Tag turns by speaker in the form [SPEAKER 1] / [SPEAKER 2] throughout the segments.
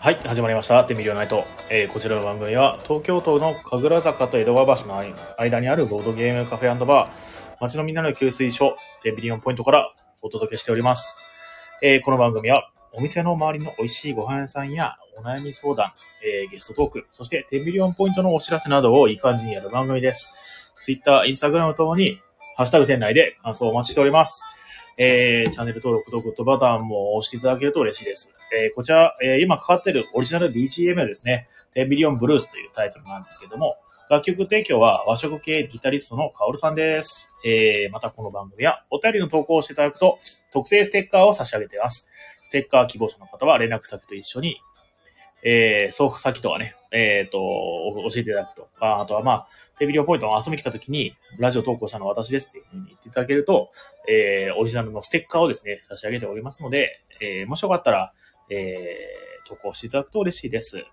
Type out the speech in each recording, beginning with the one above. [SPEAKER 1] はい、始まりました。テミリオナイト。えーこちらの番組は、東京都の神楽坂と江戸川橋の間にあるボードゲームカフェバー、街のみんなの給水所、テビリオンポイントからお届けしております。えーこの番組は、お店の周りの美味しいご飯屋さんや、お悩み相談、えーゲストトーク、そしてテビリオンポイントのお知らせなどをいい感じにやる番組です。Twitter、Instagram ともに、ハッシュタグ店内で感想をお待ちしております。えーチャンネル登録とグッドボタンも押していただけると嬉しいです。えーこちら、えー今かかっているオリジナル BGM はですね、テビリオンブルースというタイトルなんですけども、楽曲提供は和食系ギタリストのカオルさんです。えーまたこの番組やお便りの投稿をしていただくと、特製ステッカーを差し上げています。ステッカー希望者の方は連絡先と一緒に、えー、送付先とかね、えっ、と、お教えていただくとか、あとはまあ、テビリオンポイントを遊びに来た時に、ラジオ投稿したのは私ですっていうふうに言っていただけると、えーオリジナルのステッカーをですね、差し上げておりますので、えーもしよかったら、えー投稿していただくと嬉しいです。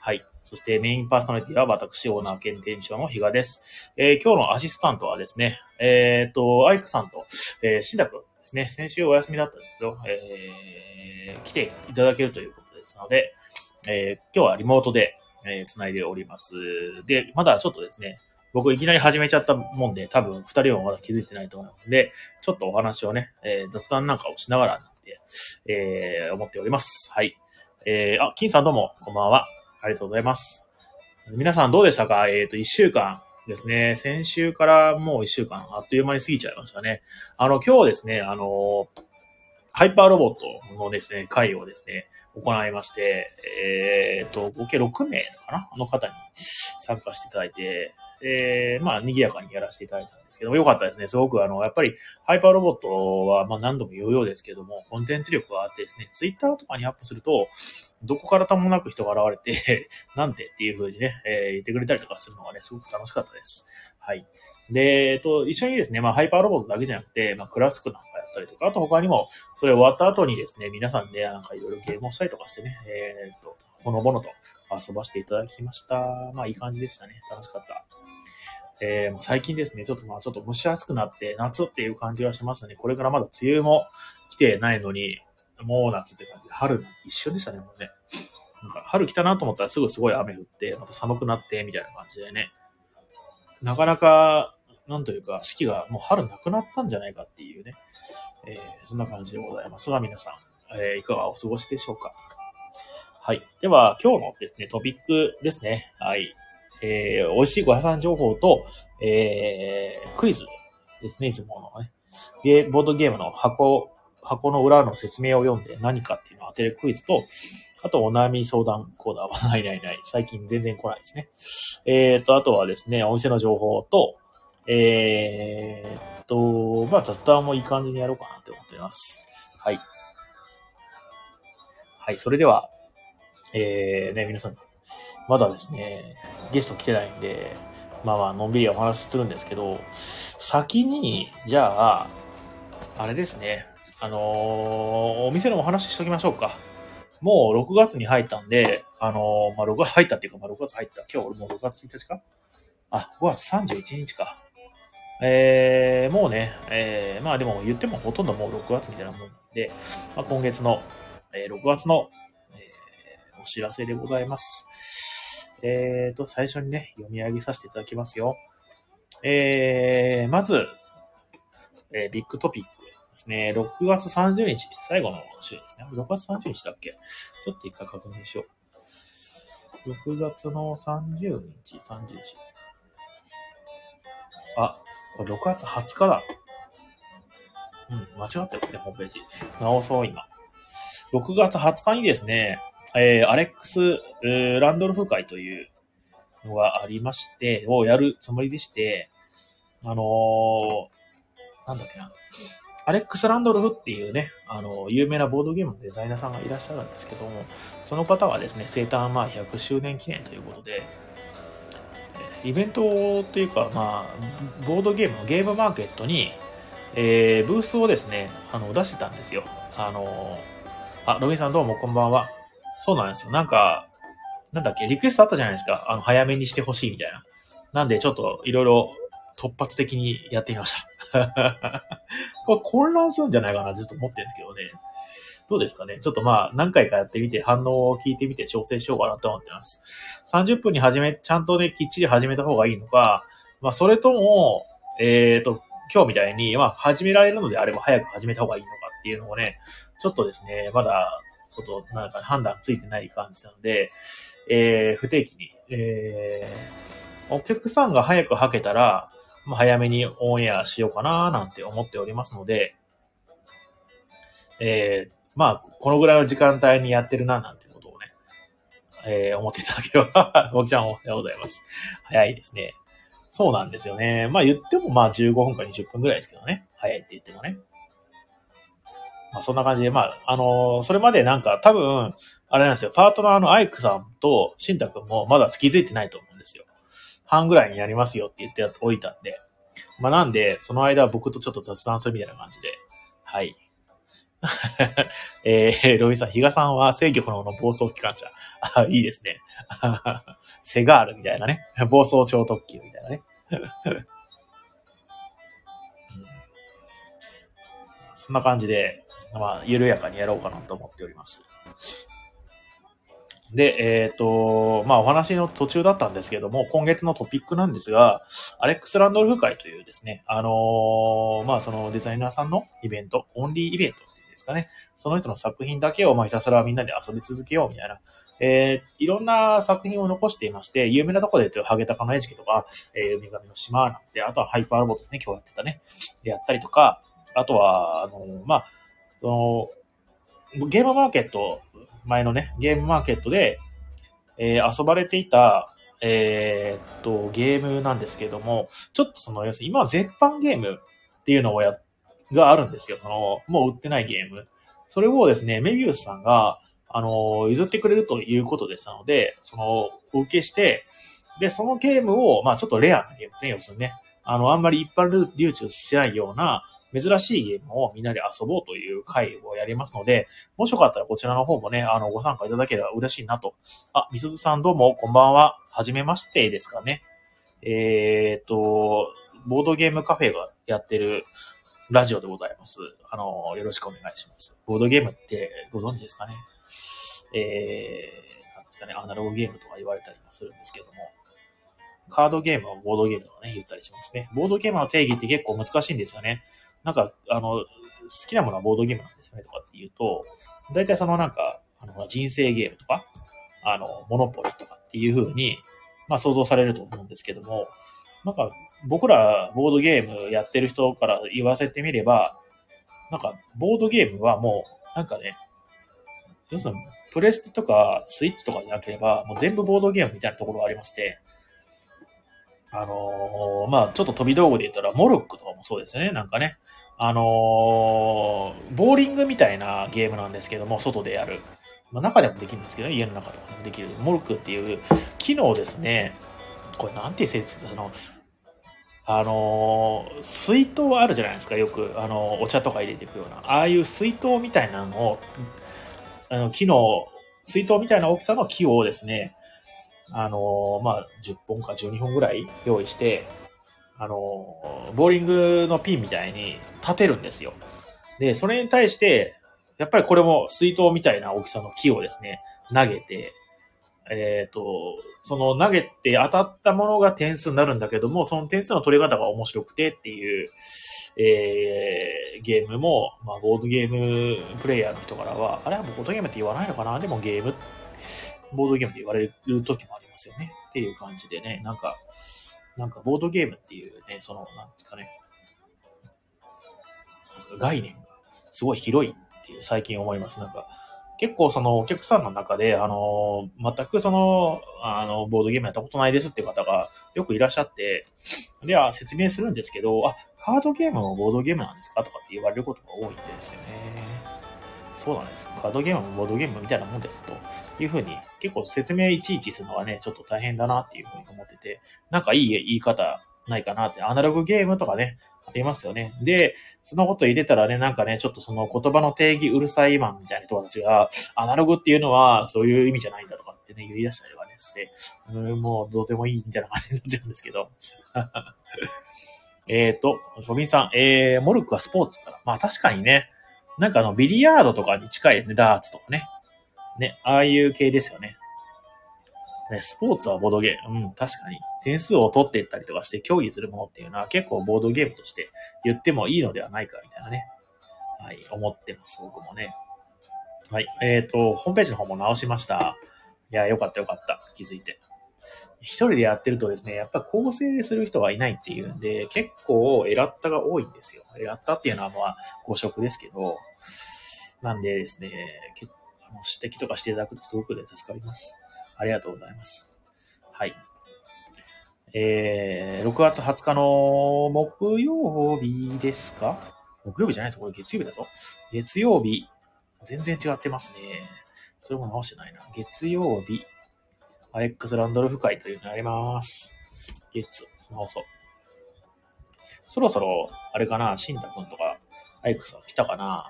[SPEAKER 1] はい。そしてメインパーソナリティは私、オーナー兼店長の比嘉です。えー今日のアシスタントはですね、えっと、アイクさんと、えー、シンダ君ですね、先週お休みだったんですけど、えー来ていただけるということですので、えー今日はリモートで、えー繋いでおります。で、まだちょっとですね、僕いきなり始めちゃったもんで、多分二人はまだ気づいてないと思うので、ちょっとお話をね、えー雑談なんかをしながらなんて、えー思っております。はい。えーあ、金さんどうも、こんばんは。ありがとうございます。皆さんどうでしたかえっ、と、一週間ですね。先週からもう一週間、あっという間に過ぎちゃいましたね。あの、今日ですね、あのーハイパーロボットのですね、会をですね、行いまして、えっ、と、合計6名かなあの方に参加していただいて、えーまあ、賑やかにやらせていただいたんですけども、よかったですね。すごく、あの、やっぱり、ハイパーロボットは、まあ、何度も言うようですけども、コンテンツ力があってですね、ツイッターとかにアップすると、どこからともなく人が現れて、 なんてっていう風にね、えー言ってくれたりとかするのがね、すごく楽しかったです。はい。で、えっと、一緒にですね、まあ、ハイパーロボットだけじゃなくて、まあ、クラスクなんかやったりとか、あと他にも、それ終わった後にですね、皆さんで、なんかいろいろゲームをしたりとかしてね、えーっと、ほのぼのと遊ばせていただきました。まあ、いい感じでしたね。楽しかった。えーもう最近ですね、ちょっとまあちょっと蒸し暑くなって、夏っていう感じがしましたね。これからまだ梅雨も来てないのに、もう夏って感じで、春一瞬でしたね、もうね。なんか春来たなと思ったらすぐすごい雨降って、また寒くなって、みたいな感じでね。なかなか、なんというか、四季がもう春なくなったんじゃないかっていうね。えーそんな感じでございますが、皆さん、えーいかがお過ごしでしょうか。はい。では、今日のですね、トピックですね。はい。えー美味しいご飯さん情報と、えークイズですね、いつものね。ゲーボードゲームの箱、箱の裏の説明を読んで何かっていうのを当てるクイズと、あと、お悩み相談コーナーはないないない。最近全然来ないですね。えーと、あとはですね、お店の情報と、えーと、まあ雑談もいい感じにやろうかなって思っています。はい。はい、それでは、えー、ね、皆さん、まだですね、ゲスト来てないんで、まあまあ、のんびりお話しするんですけど、先に、じゃあ、あれですね、あのーお店のお話ししときましょうか。もう6月に入ったんで、あのーまあ6月入ったっていうか、まあ6月入った。今日俺もう6月1日かあ、5月31日か。えー、もうね、えー、まあでも言ってもほとんどもう6月みたいなもんなんで、まあ、今月の、えー6月の、えーお知らせでございます。えーと、最初にね、読み上げさせていただきますよ。えー、まず、えービッグトピックですね。6月30日、最後の週ですね。6月30日だっけちょっと一回確認しよう。6月の30日、30日。あ、これ6月20日だ。うん、間違ったよね、ホームページ。直そう、今。6月20日にですね、えー、アレックス・えーランドルフ会というのがありまして、をやるつもりでして、あのーなんだっけな。アレックス・ランドルフっていうね、あの、有名なボードゲームのデザイナーさんがいらっしゃるんですけども、その方はですね、生誕まあ100周年記念ということで、えーイベントというか、まあ、ボードゲームのゲームマーケットに、えーブースをですね、あの、出してたんですよ。あのーあ、ロビンさんどうもこんばんは。そうなんですよ。なんか、なんだっけ、リクエストあったじゃないですか。あの、早めにしてほしいみたいな。なんで、ちょっと、いろいろ突発的にや ってみました。これ混乱するんじゃないかなってちょっと思ってるんですけどね。どうですかねちょっとまあ、何回かやってみて、反応を聞いてみて調整しようかなと思ってます。30分に始め、ちゃんとね、きっちり始めた方がいいのか、まあ、それとも、えっ、と、今日みたいに、まあ、始められるのであれば早く始めた方がいいのかっていうのをね、ちょっとですね、まだ、ちょっと、なんか判断ついてない感じなので、えー、不定期に、えー、お客さんが早く吐けたら、まあ、早めにオンエアしようかななんて思っておりますので、えー、まあ、このぐらいの時間帯にやってるななんてことをね、えー、思っていただければ、僕ちゃんおはようございます。早いですね。そうなんですよね。まあ言ってもまあ15分か20分ぐらいですけどね。早いって言ってもね。まあそんな感じで、まあ、あのーそれまでなんか多分、あれなんですよ、パートナーのアイクさんとシンタ君もまだ気づいてないと思うんですよ。半ぐらいにやりますよって言っておいたんで。まあなんで、その間僕とちょっと雑談するみたいな感じで。はい。 えー、ロビンさん、比嘉さんは制御不能の暴走機関車。あいいですね。 セガールみたいなね。暴走超特急みたいなね。 うんそんな感じで、まあ、緩やかにやろうかなと思っております。で、えっ、と、まあ、お話の途中だったんですけども、今月のトピックなんですが、アレックス・ランドルフ会というですね、あのーまあ、そのデザイナーさんのイベント、オンリーイベントっていうんですかね、その人の作品だけを、まあ、ひたすらみんなで遊び続けようみたいな、えーいろんな作品を残していまして、有名なところで言うと、ハゲタカの餌食とか、えー、海神の島なんて、あとはハイパーロボットですね、今日やってたね、でやったりとか、あとは、あのーまあ、その、ゲームマーケット、前のね、ゲームマーケットで、えー遊ばれていた、えーっと、ゲームなんですけども、ちょっとその、要するに今は絶版ゲームっていうのをや、があるんですよ。その、もう売ってないゲーム。それをですね、メビウスさんが、あの、譲ってくれるということでしたので、その、お受けして、で、そのゲームを、まあちょっとレアなゲームですね、要するにね。あの、あんまり一般流通しないような、珍しいゲームをみんなで遊ぼうという会をやりますので、もしよかったらこちらの方もね、あの、ご参加いただければ嬉しいなと。あ、みすずさんどうも、こんばんは。はじめましてですかね。えーっと、ボードゲームカフェがやってるラジオでございます。あの、よろしくお願いします。ボードゲームってご存知ですかねえー、なんですかね、アナログゲームとか言われたりもするんですけども、カードゲームはボードゲームとかね、言ったりしますね。ボードゲームの定義って結構難しいんですよね。なんか、あの、好きなものはボードゲームなんですよねとかって言うと、大体そのなんか、あの人生ゲームとか、あの、モノポリとかっていう風に、まあ想像されると思うんですけども、なんか僕らボードゲームやってる人から言わせてみれば、なんかボードゲームはもう、なんかね、要するにプレステとかスイッチとかじゃなければ、もう全部ボードゲームみたいなところがありまして、あのーまあちょっと飛び道具で言ったら、モルックとかもそうですよね、なんかね。あのーボーリングみたいなゲームなんですけども、外でやる。まあ、中でもできるんですけどね、家の中とかでもできる。モルクっていう機能ですね。これなんて説明あの、あのー水筒あるじゃないですか、よく、あのーお茶とか入れていくような。ああいう水筒みたいなのを、あの、木の、水筒みたいな大きさの木をですね、あのーまあ、10本か12本ぐらい用意して、あの、ボーリングのピンみたいに立てるんですよ。で、それに対して、やっぱりこれも水筒みたいな大きさの木をですね、投げて、えっ、と、その投げて当たったものが点数になるんだけども、その点数の取り方が面白くてっていう、えー、ゲームも、まあ、ボードゲームプレイヤーの人からは、あれはボードゲームって言わないのかなでもゲーム、ボードゲームって言われる時もありますよね。っていう感じでね、なんか、なんかボードゲームっていうね、その、なんですかね、なんですか概念がすごい広いっていう最近思います。なんか、結構そのお客さんの中で、あの、全くその、あの、ボードゲームやったことないですって方がよくいらっしゃって、では説明するんですけど、あ、カードゲームもボードゲームなんですかとかって言われることが多いんですよね。そうなんです。カードゲームもボードゲームみたいなもんです。というふうに、結構説明いちいちするのがね、ちょっと大変だなっていうふうに思ってて、なんかいい言い方ないかなって、アナログゲームとかね、ありますよね。で、そのこと入れたらね、なんかね、ちょっとその言葉の定義うるさいマンみたいな人たちが、アナログっていうのはそういう意味じゃないんだとかってね、言い出したりはね、して、うーんもうどうでもいいみたいな感じになっちゃうんですけど。 えっと、庶民さん、えー、モルクはスポーツから。まあ確かにね、なんかあの、ビリヤードとかに近いですね。ダーツとかね。ね、ああいう系ですよね。ね、スポーツはボードゲーム。うん、確かに。点数を取っていったりとかして競技するものっていうのは結構ボードゲームとして言ってもいいのではないか、みたいなね。はい、思ってます、僕もね。はい、えっ、ー、と、ホームページの方も直しました。いや、よかったよかった。気づいて。一人でやってるとですね、やっぱ構成する人がいないっていうんで、結構エラッタが多いんですよ。エラッタっていうのはまあ、誤色ですけど、なんでですね、けあの指摘とかしていただくとすごくね助かります。ありがとうございます。はい。えー、6月20日の木曜日ですか木曜日じゃないですこれ月曜日だぞ。月曜日。全然違ってますね。それも直してないな。月曜日。アレックス・ランドルフ会というのがあります。月、放送。そろそろ、あれかな、シンタ君とか、アレックスは来たかな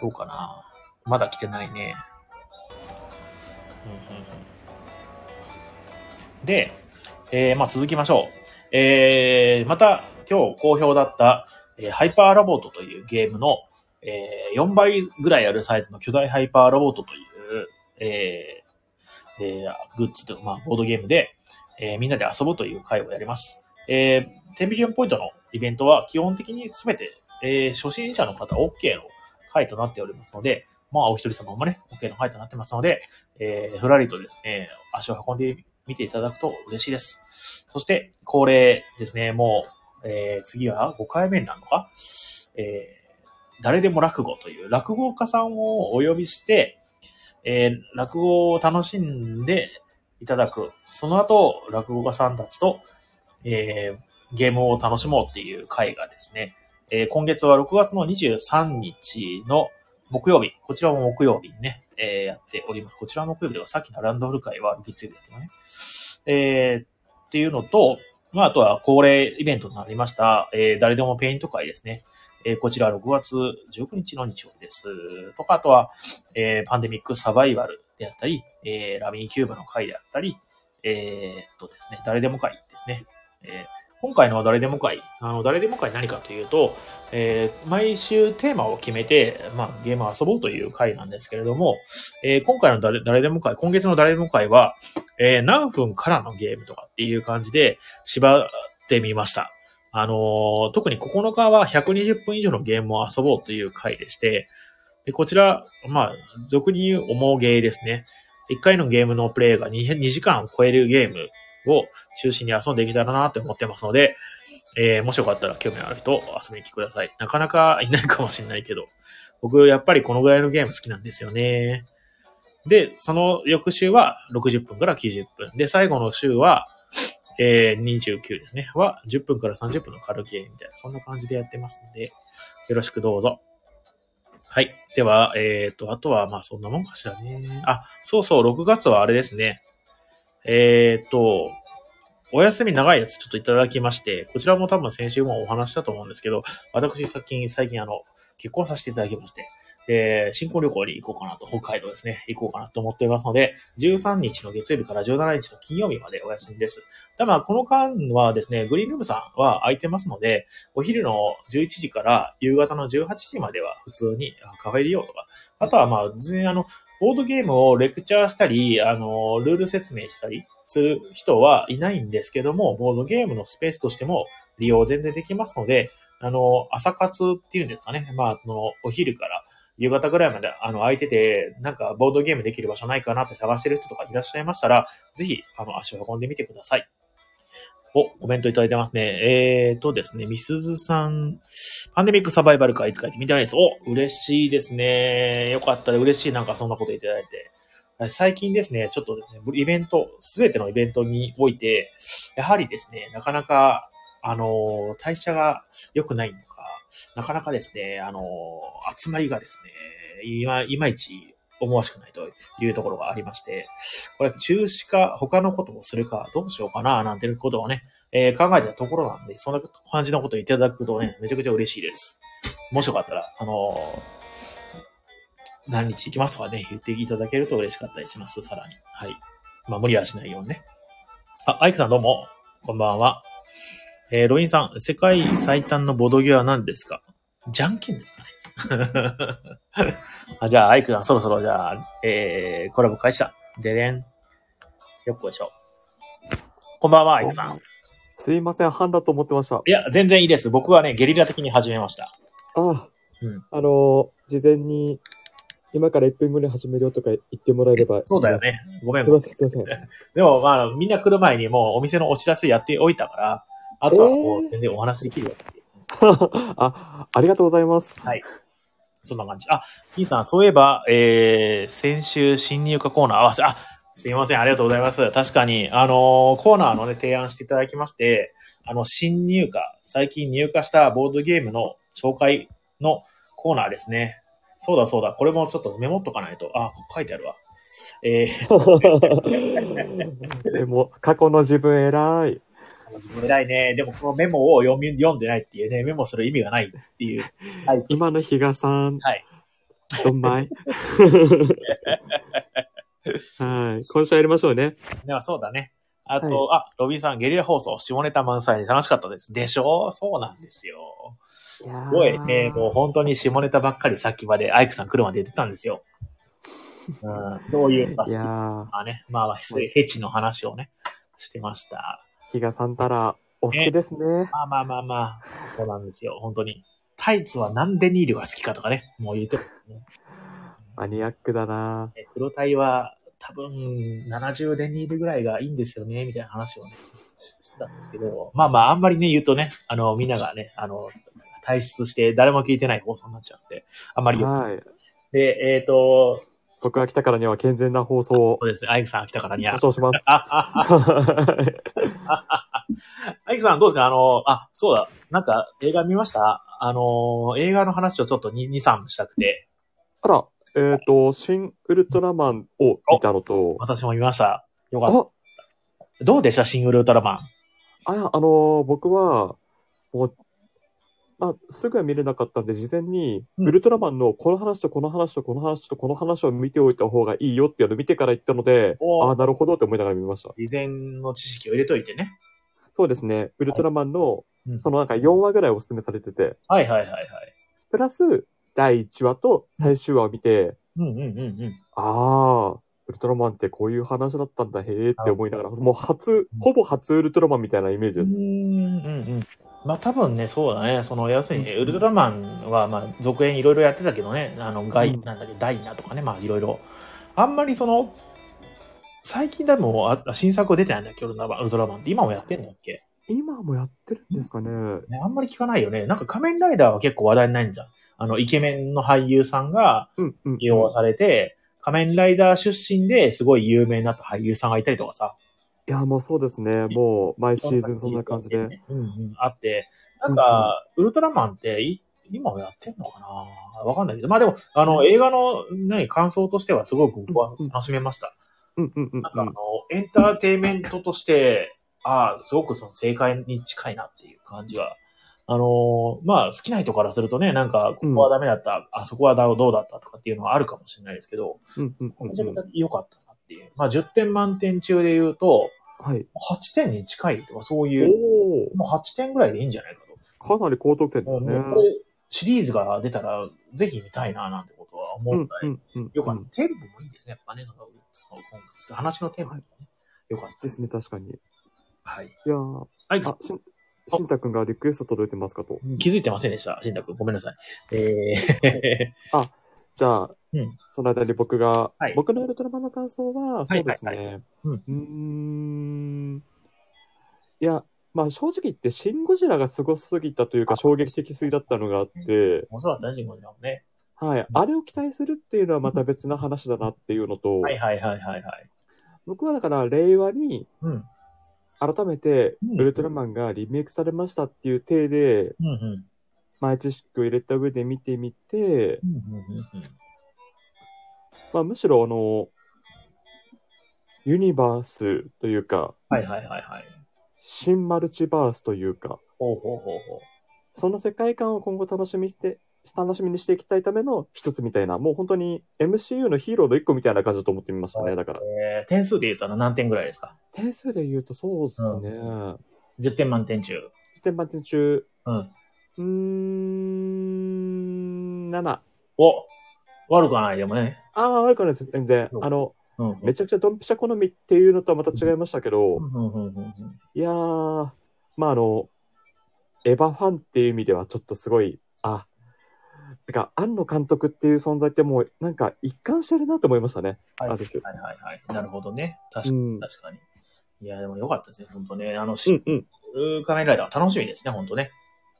[SPEAKER 1] どうかなまだ来てないね。うんうんうん、で、えーまあ続きましょう。えーまた、今日好評だった、えーハイパーロボットというゲームの、え4倍ぐらいあるサイズの巨大ハイパーロボットという、えーえーグッズとか、まあ、ボードゲームで、えーみんなで遊ぶという会をやります。えー、10ビリオンポイントのイベントは基本的にすべて、えー初心者の方 OK の会となっておりますので、まあ、お一人様もね、OK の会となってますので、えーふらりとですね、足を運んでみていただくと嬉しいです。そして、恒例ですね、もう、えー次は5回目になるのか、えー誰でも落語という落語家さんをお呼びして、えー落語を楽しんでいただく。その後、落語家さんたちと、えーゲームを楽しもうっていう会がですね、えー今月は6月の23日の木曜日、こちらも木曜日にね、えーやっております。こちらの木曜日ではさっきのランドフル会は月曜日だったかね。えーっていうのと、まあ、あとは恒例イベントになりました、えー誰でもペイント会ですね。えーこちら6月19日の日曜日です。とか、あとは、えーパンデミックサバイバルであったり、えーラミーキューブの会であったり、えーっとですね、誰でも会ですね。えー今回の誰でも会、あの、誰でも会何かというと、えー毎週テーマを決めて、まあ、ゲームを遊ぼうという会なんですけれども、えー今回の誰誰でも会、今月の誰でも会は、えー何分からのゲームとかっていう感じで縛ってみました。あのー特に9日は120分以上のゲームを遊ぼうという回でして、で、こちら、まあ、俗に言う重ゲーですね。1回のゲームのプレイが 2, 2時間を超えるゲームを中心に遊んでいけたらなって思ってますので、えーもしよかったら興味のある人遊びに来てください。なかなかいないかもしれないけど、僕やっぱりこのぐらいのゲーム好きなんですよね。で、その翌週は60分から90分。で、最後の週は、えー29ですね。は、10分から30分の軽ゲームみたいな、そんな感じでやってますので、よろしくどうぞ。はい。では、えっ、と、あとは、まあ、そんなもんかしらね。あ、そうそう、6月はあれですね。えっ、と、お休み長いやつちょっといただきまして、こちらも多分先週もお話ししたと思うんですけど、私最近、最近あの、結婚させていただきまして、で、新婚旅行に行こうかなと、北海道ですね、行こうかなと思っておりますので、13日の月曜日から17日の金曜日までお休みです。ただ、この間はですね、グリーンルームさんは空いてますので、お昼の11時から夕方の18時までは普通にあカフェ利用とか、あとはまあ、全然あの、ボードゲームをレクチャーしたり、あの、ルール説明したりする人はいないんですけども、ボードゲームのスペースとしても利用全然できますので、あの、朝活っていうんですかね、まあ、あの、お昼から夕方ぐらいまで、あの、空いてて、なんか、ボードゲームできる場所ないかなって探してる人とかいらっしゃいましたら、ぜひ、あの、足を運んでみてください。お、コメントいただいてますね。えーとですね、みすずさん、パンデミックサバイバル会いつか行ってみたいです。お、嬉しいですね。よかったで嬉しい。なんかそんなこといただいて。最近ですね、ちょっとですね、イベント、すべてのイベントにおいて、やはりですね、なかなか、あのー、代謝が良くないのか、なかなかですね、あのー、集まりがですね、いま、いまいち思わしくないというところがありまして、これ中止か他のことをするかどうしようかな、なんていうことをね、えー考えてたところなんで、そんな感じのことをいただくとね、めちゃくちゃ嬉しいです。もしよかったら、あのー何日行きますとかね、言っていただけると嬉しかったりします、さらに。はい。まあ、無理はしないようにね。あ、アイクさんどうも、こんばんは。えーロインさん、世界最短のボドゲは何ですかじゃんけんですかね。 あじゃあ、アイクさん、そろそろ、じゃあ、えー、コラボ開始だ。でれん。よっこいしょ。こんばんは、アイクさん。
[SPEAKER 2] すいません、半だと思ってました。あ
[SPEAKER 1] いや、全然いいです。僕はね、ゲリラ的に始めました。
[SPEAKER 2] あ、
[SPEAKER 1] うん
[SPEAKER 2] あのー事前に、今から1分後に始めるよとか言ってもらえれば。
[SPEAKER 1] そうだよ。ね。ごめん
[SPEAKER 2] すい。ません、すいません。
[SPEAKER 1] でも、まあ、みんな来る前にもうお店のお知らせやっておいたから、あとはも
[SPEAKER 2] え
[SPEAKER 1] う
[SPEAKER 2] ー
[SPEAKER 1] 全然お話できるよっていう
[SPEAKER 2] あ、ありがとうござい ます。
[SPEAKER 1] そんな感じ。あ、ピーさん、そういえば、えー、先週新入荷コーナー合わせ、あ、すいません、ありがとうございます。確かに、あのーコーナーのね、提案していただきまして、あの、新入荷、最近入荷したボードゲームの紹介のコーナーですね。そうだそうだ、これもちょっとメモっとかないと。あ、書いてあるわ。えー、
[SPEAKER 2] でも、過去の自分偉い。
[SPEAKER 1] 自分偉いね。でもこのメモを読み、読んでないっていうね、メモする意味がないっていう。はい。
[SPEAKER 2] 今の比嘉さん。
[SPEAKER 1] はい。
[SPEAKER 2] どん まい。はい。今週やりましょうね。
[SPEAKER 1] ではそうだね。あと、あ、ロビンさん、ゲリラ放送、下ネタ満載で楽しかったです。でしょうそうなんですよ。
[SPEAKER 2] いや
[SPEAKER 1] すごいね、もう本当に下ネタばっかりさっきまで、アイクさん来るまで言ってたんですよ。うん、どういうバ
[SPEAKER 2] い
[SPEAKER 1] スケ
[SPEAKER 2] や
[SPEAKER 1] と
[SPEAKER 2] ー、
[SPEAKER 1] かね、まあまあ、そういうヘチの話をね、してました。
[SPEAKER 2] 比嘉さんたら、お好きですね。
[SPEAKER 1] まあまあまあまあ、そうなんですよ、本当に。タイツはなんでニールが好きかとかね、もう言ってもね、
[SPEAKER 2] マニアックだな
[SPEAKER 1] え黒タイは多分70デニールぐらいがいいんですよね、みたいな話をね、してたんですけど、まあまあ、あんまりね、言うとね、あの、みんながね、あの、退出して誰も聞いてない放送になっちゃって、あんまりよく
[SPEAKER 2] はい。
[SPEAKER 1] で、えっ、と、
[SPEAKER 2] 僕が来たからには健全な放送を
[SPEAKER 1] そうですね、アイクさん来たからには
[SPEAKER 2] 保。証します。
[SPEAKER 1] アイクさんどうですかあの、あ、そうだ、なんか映画見ましたあの、映画の話をちょっと2、2 3したくて、
[SPEAKER 2] あら、えっ、と、新ウルトラマンを見たのと、
[SPEAKER 1] 私も見ました。よかっ
[SPEAKER 2] あ、
[SPEAKER 1] た。どうでしたシングルウルトラマン。
[SPEAKER 2] あ、あのー僕は、もう、まあ、すぐは見れなかったんで、事前に、
[SPEAKER 1] うん
[SPEAKER 2] ウルトラマンのこの話とこの話とこの話とこの話を見ておいた方がいいよっていうのを見てから言ったので、
[SPEAKER 1] おー
[SPEAKER 2] ああ、なるほどって思いながら見ました。
[SPEAKER 1] 事前の知識を入れといてね。
[SPEAKER 2] そうですね、ウルトラマンの、
[SPEAKER 1] うん
[SPEAKER 2] そのなんか4話ぐらいお勧めされてて、
[SPEAKER 1] はいはいはいはい。
[SPEAKER 2] プラス、第1話と最終話を見て、
[SPEAKER 1] うんうんうんうん。
[SPEAKER 2] ああ、ウルトラマンってこういう話だったんだ、へえって思いながら、もう初、ほぼ初ウルトラマンみたいなイメージ
[SPEAKER 1] う
[SPEAKER 2] で
[SPEAKER 1] ん
[SPEAKER 2] す。
[SPEAKER 1] うんうん。まあ多分ね、そうだね。その、要するに、ウルトラマンは、まあ、続編いろいろやってたけどね、あの、ガイ、
[SPEAKER 2] うん
[SPEAKER 1] なんだっけ、ダイナとかね、まあいろいろ。あんまりその、最近でもあ新作出てないんだっけ、ウルトラマンウルトラマンって。今もやってんだっけ、
[SPEAKER 2] 今もやってるんですかね。
[SPEAKER 1] ね、あんまり聞かないよね。なんか仮面ライダーは結構話題にないんじゃん。あの、イケメンの俳優さんが
[SPEAKER 2] うん、うん。
[SPEAKER 1] 起用されて、仮面ライダー出身ですごい有名になった俳優さんがいたりとかさ。
[SPEAKER 2] いや、もうそうですね。もう、毎シーズンそんな感じで。。
[SPEAKER 1] うんうん、あって、なんか、ウルトラマンってい、今もやってんのかなわかんないけど、まあでも、あの、映画の、ね、感想としてはすごく僕は楽しめました。
[SPEAKER 2] うん、うん、うん
[SPEAKER 1] なんか、
[SPEAKER 2] う
[SPEAKER 1] あ
[SPEAKER 2] ん
[SPEAKER 1] の。、エンターテインメントとして、ああ、すごくその正解に近いなっていう感じは。あの、まあ、好きな人からするとね、なんか、ここはダメだった、あそこはどうだったとかっていうのはあるかもしれないですけど、
[SPEAKER 2] うん、うん、
[SPEAKER 1] めちゃ
[SPEAKER 2] う
[SPEAKER 1] く
[SPEAKER 2] ん
[SPEAKER 1] ち。ゃ良かったなっていう。まあ、10点満点中で言うと、
[SPEAKER 2] はい。
[SPEAKER 1] 8点に近いとか、そういう。
[SPEAKER 2] お
[SPEAKER 1] もう8点ぐらいでいいんじゃないか
[SPEAKER 2] おかなり高得点
[SPEAKER 1] と。
[SPEAKER 2] ですね。
[SPEAKER 1] もうこれ、シリーズが出たら、ぜひ見たいな、なんてことは思
[SPEAKER 2] う
[SPEAKER 1] うん
[SPEAKER 2] ん
[SPEAKER 1] だ、
[SPEAKER 2] う
[SPEAKER 1] よ。
[SPEAKER 2] ん、うん。
[SPEAKER 1] よかっ
[SPEAKER 2] うん
[SPEAKER 1] た。テンポもいいですね。やっぱね、その、その今月話のテンポもね。よかった
[SPEAKER 2] で。すね、確かに。い
[SPEAKER 1] はい。
[SPEAKER 2] やー
[SPEAKER 1] はい、
[SPEAKER 2] あ、しん、しんたくんがリクエスト届いてますかと。
[SPEAKER 1] 気づいてませんでした。しんたくん、ごめんなさい。 え
[SPEAKER 2] じゃあ、
[SPEAKER 1] うん
[SPEAKER 2] その間に僕が、
[SPEAKER 1] はい
[SPEAKER 2] 僕のウルトラマンの感想は、
[SPEAKER 1] い
[SPEAKER 2] そうですね。
[SPEAKER 1] はいはう
[SPEAKER 2] うんーん。いや、まあ正直言って、シン・ゴジラがすごすぎたというか、衝撃的すぎだったのがあって、
[SPEAKER 1] ー、面白かったね、ジンゴジラもね。
[SPEAKER 2] はい。あれを期待するっていうのはまた別な話だなっていうのと、
[SPEAKER 1] はいはいはいはいはい。
[SPEAKER 2] 僕はだから令和に
[SPEAKER 1] うん。うん
[SPEAKER 2] 改めて
[SPEAKER 1] うん
[SPEAKER 2] ウルトラマンがリメイクされましたっていう体で、
[SPEAKER 1] うん。
[SPEAKER 2] 前知識を入れた上で見てみて、
[SPEAKER 1] うんうんうんうん。
[SPEAKER 2] まあ、むしろあの、ユニバースというか、
[SPEAKER 1] はいはいはいはい。
[SPEAKER 2] 新マルチバースというか、
[SPEAKER 1] ほうほうほうほう。
[SPEAKER 2] その世界観を今後楽しみにして、楽しみにしていきたいための一つみたいな、もう本当に MCU のヒーローの一個みたいな感じだと思ってみましたね。だから。
[SPEAKER 1] えー、点数で言うとあの何点ぐらいですか
[SPEAKER 2] 点数で言うとそうですね。
[SPEAKER 1] ?10 点満点中。
[SPEAKER 2] 1点満点中、
[SPEAKER 1] うん。
[SPEAKER 2] うーん、 7。
[SPEAKER 1] お悪くはない、でもね。
[SPEAKER 2] ああ、悪くはないです、全然
[SPEAKER 1] そ。う
[SPEAKER 2] あの、
[SPEAKER 1] うん。
[SPEAKER 2] めちゃくちゃドンピシャ好みっていうのとはまた違いましたけど、
[SPEAKER 1] うんうんうんうんうん
[SPEAKER 2] いやー、まああの、エヴァファンっていう意味ではちょっとすごい、あ、なんか、庵野監督っていう存在ってもう、なんか一貫してるなと思いましたね。
[SPEAKER 1] はい
[SPEAKER 2] ある種。
[SPEAKER 1] はいはいはい。なるほどね。確
[SPEAKER 2] う
[SPEAKER 1] かに。
[SPEAKER 2] ん。
[SPEAKER 1] 確かに。いや、でもよかったですね、本当ね。あの、
[SPEAKER 2] う
[SPEAKER 1] 新
[SPEAKER 2] んうん。い
[SPEAKER 1] 仮面ライダー楽しみですね、本当ね。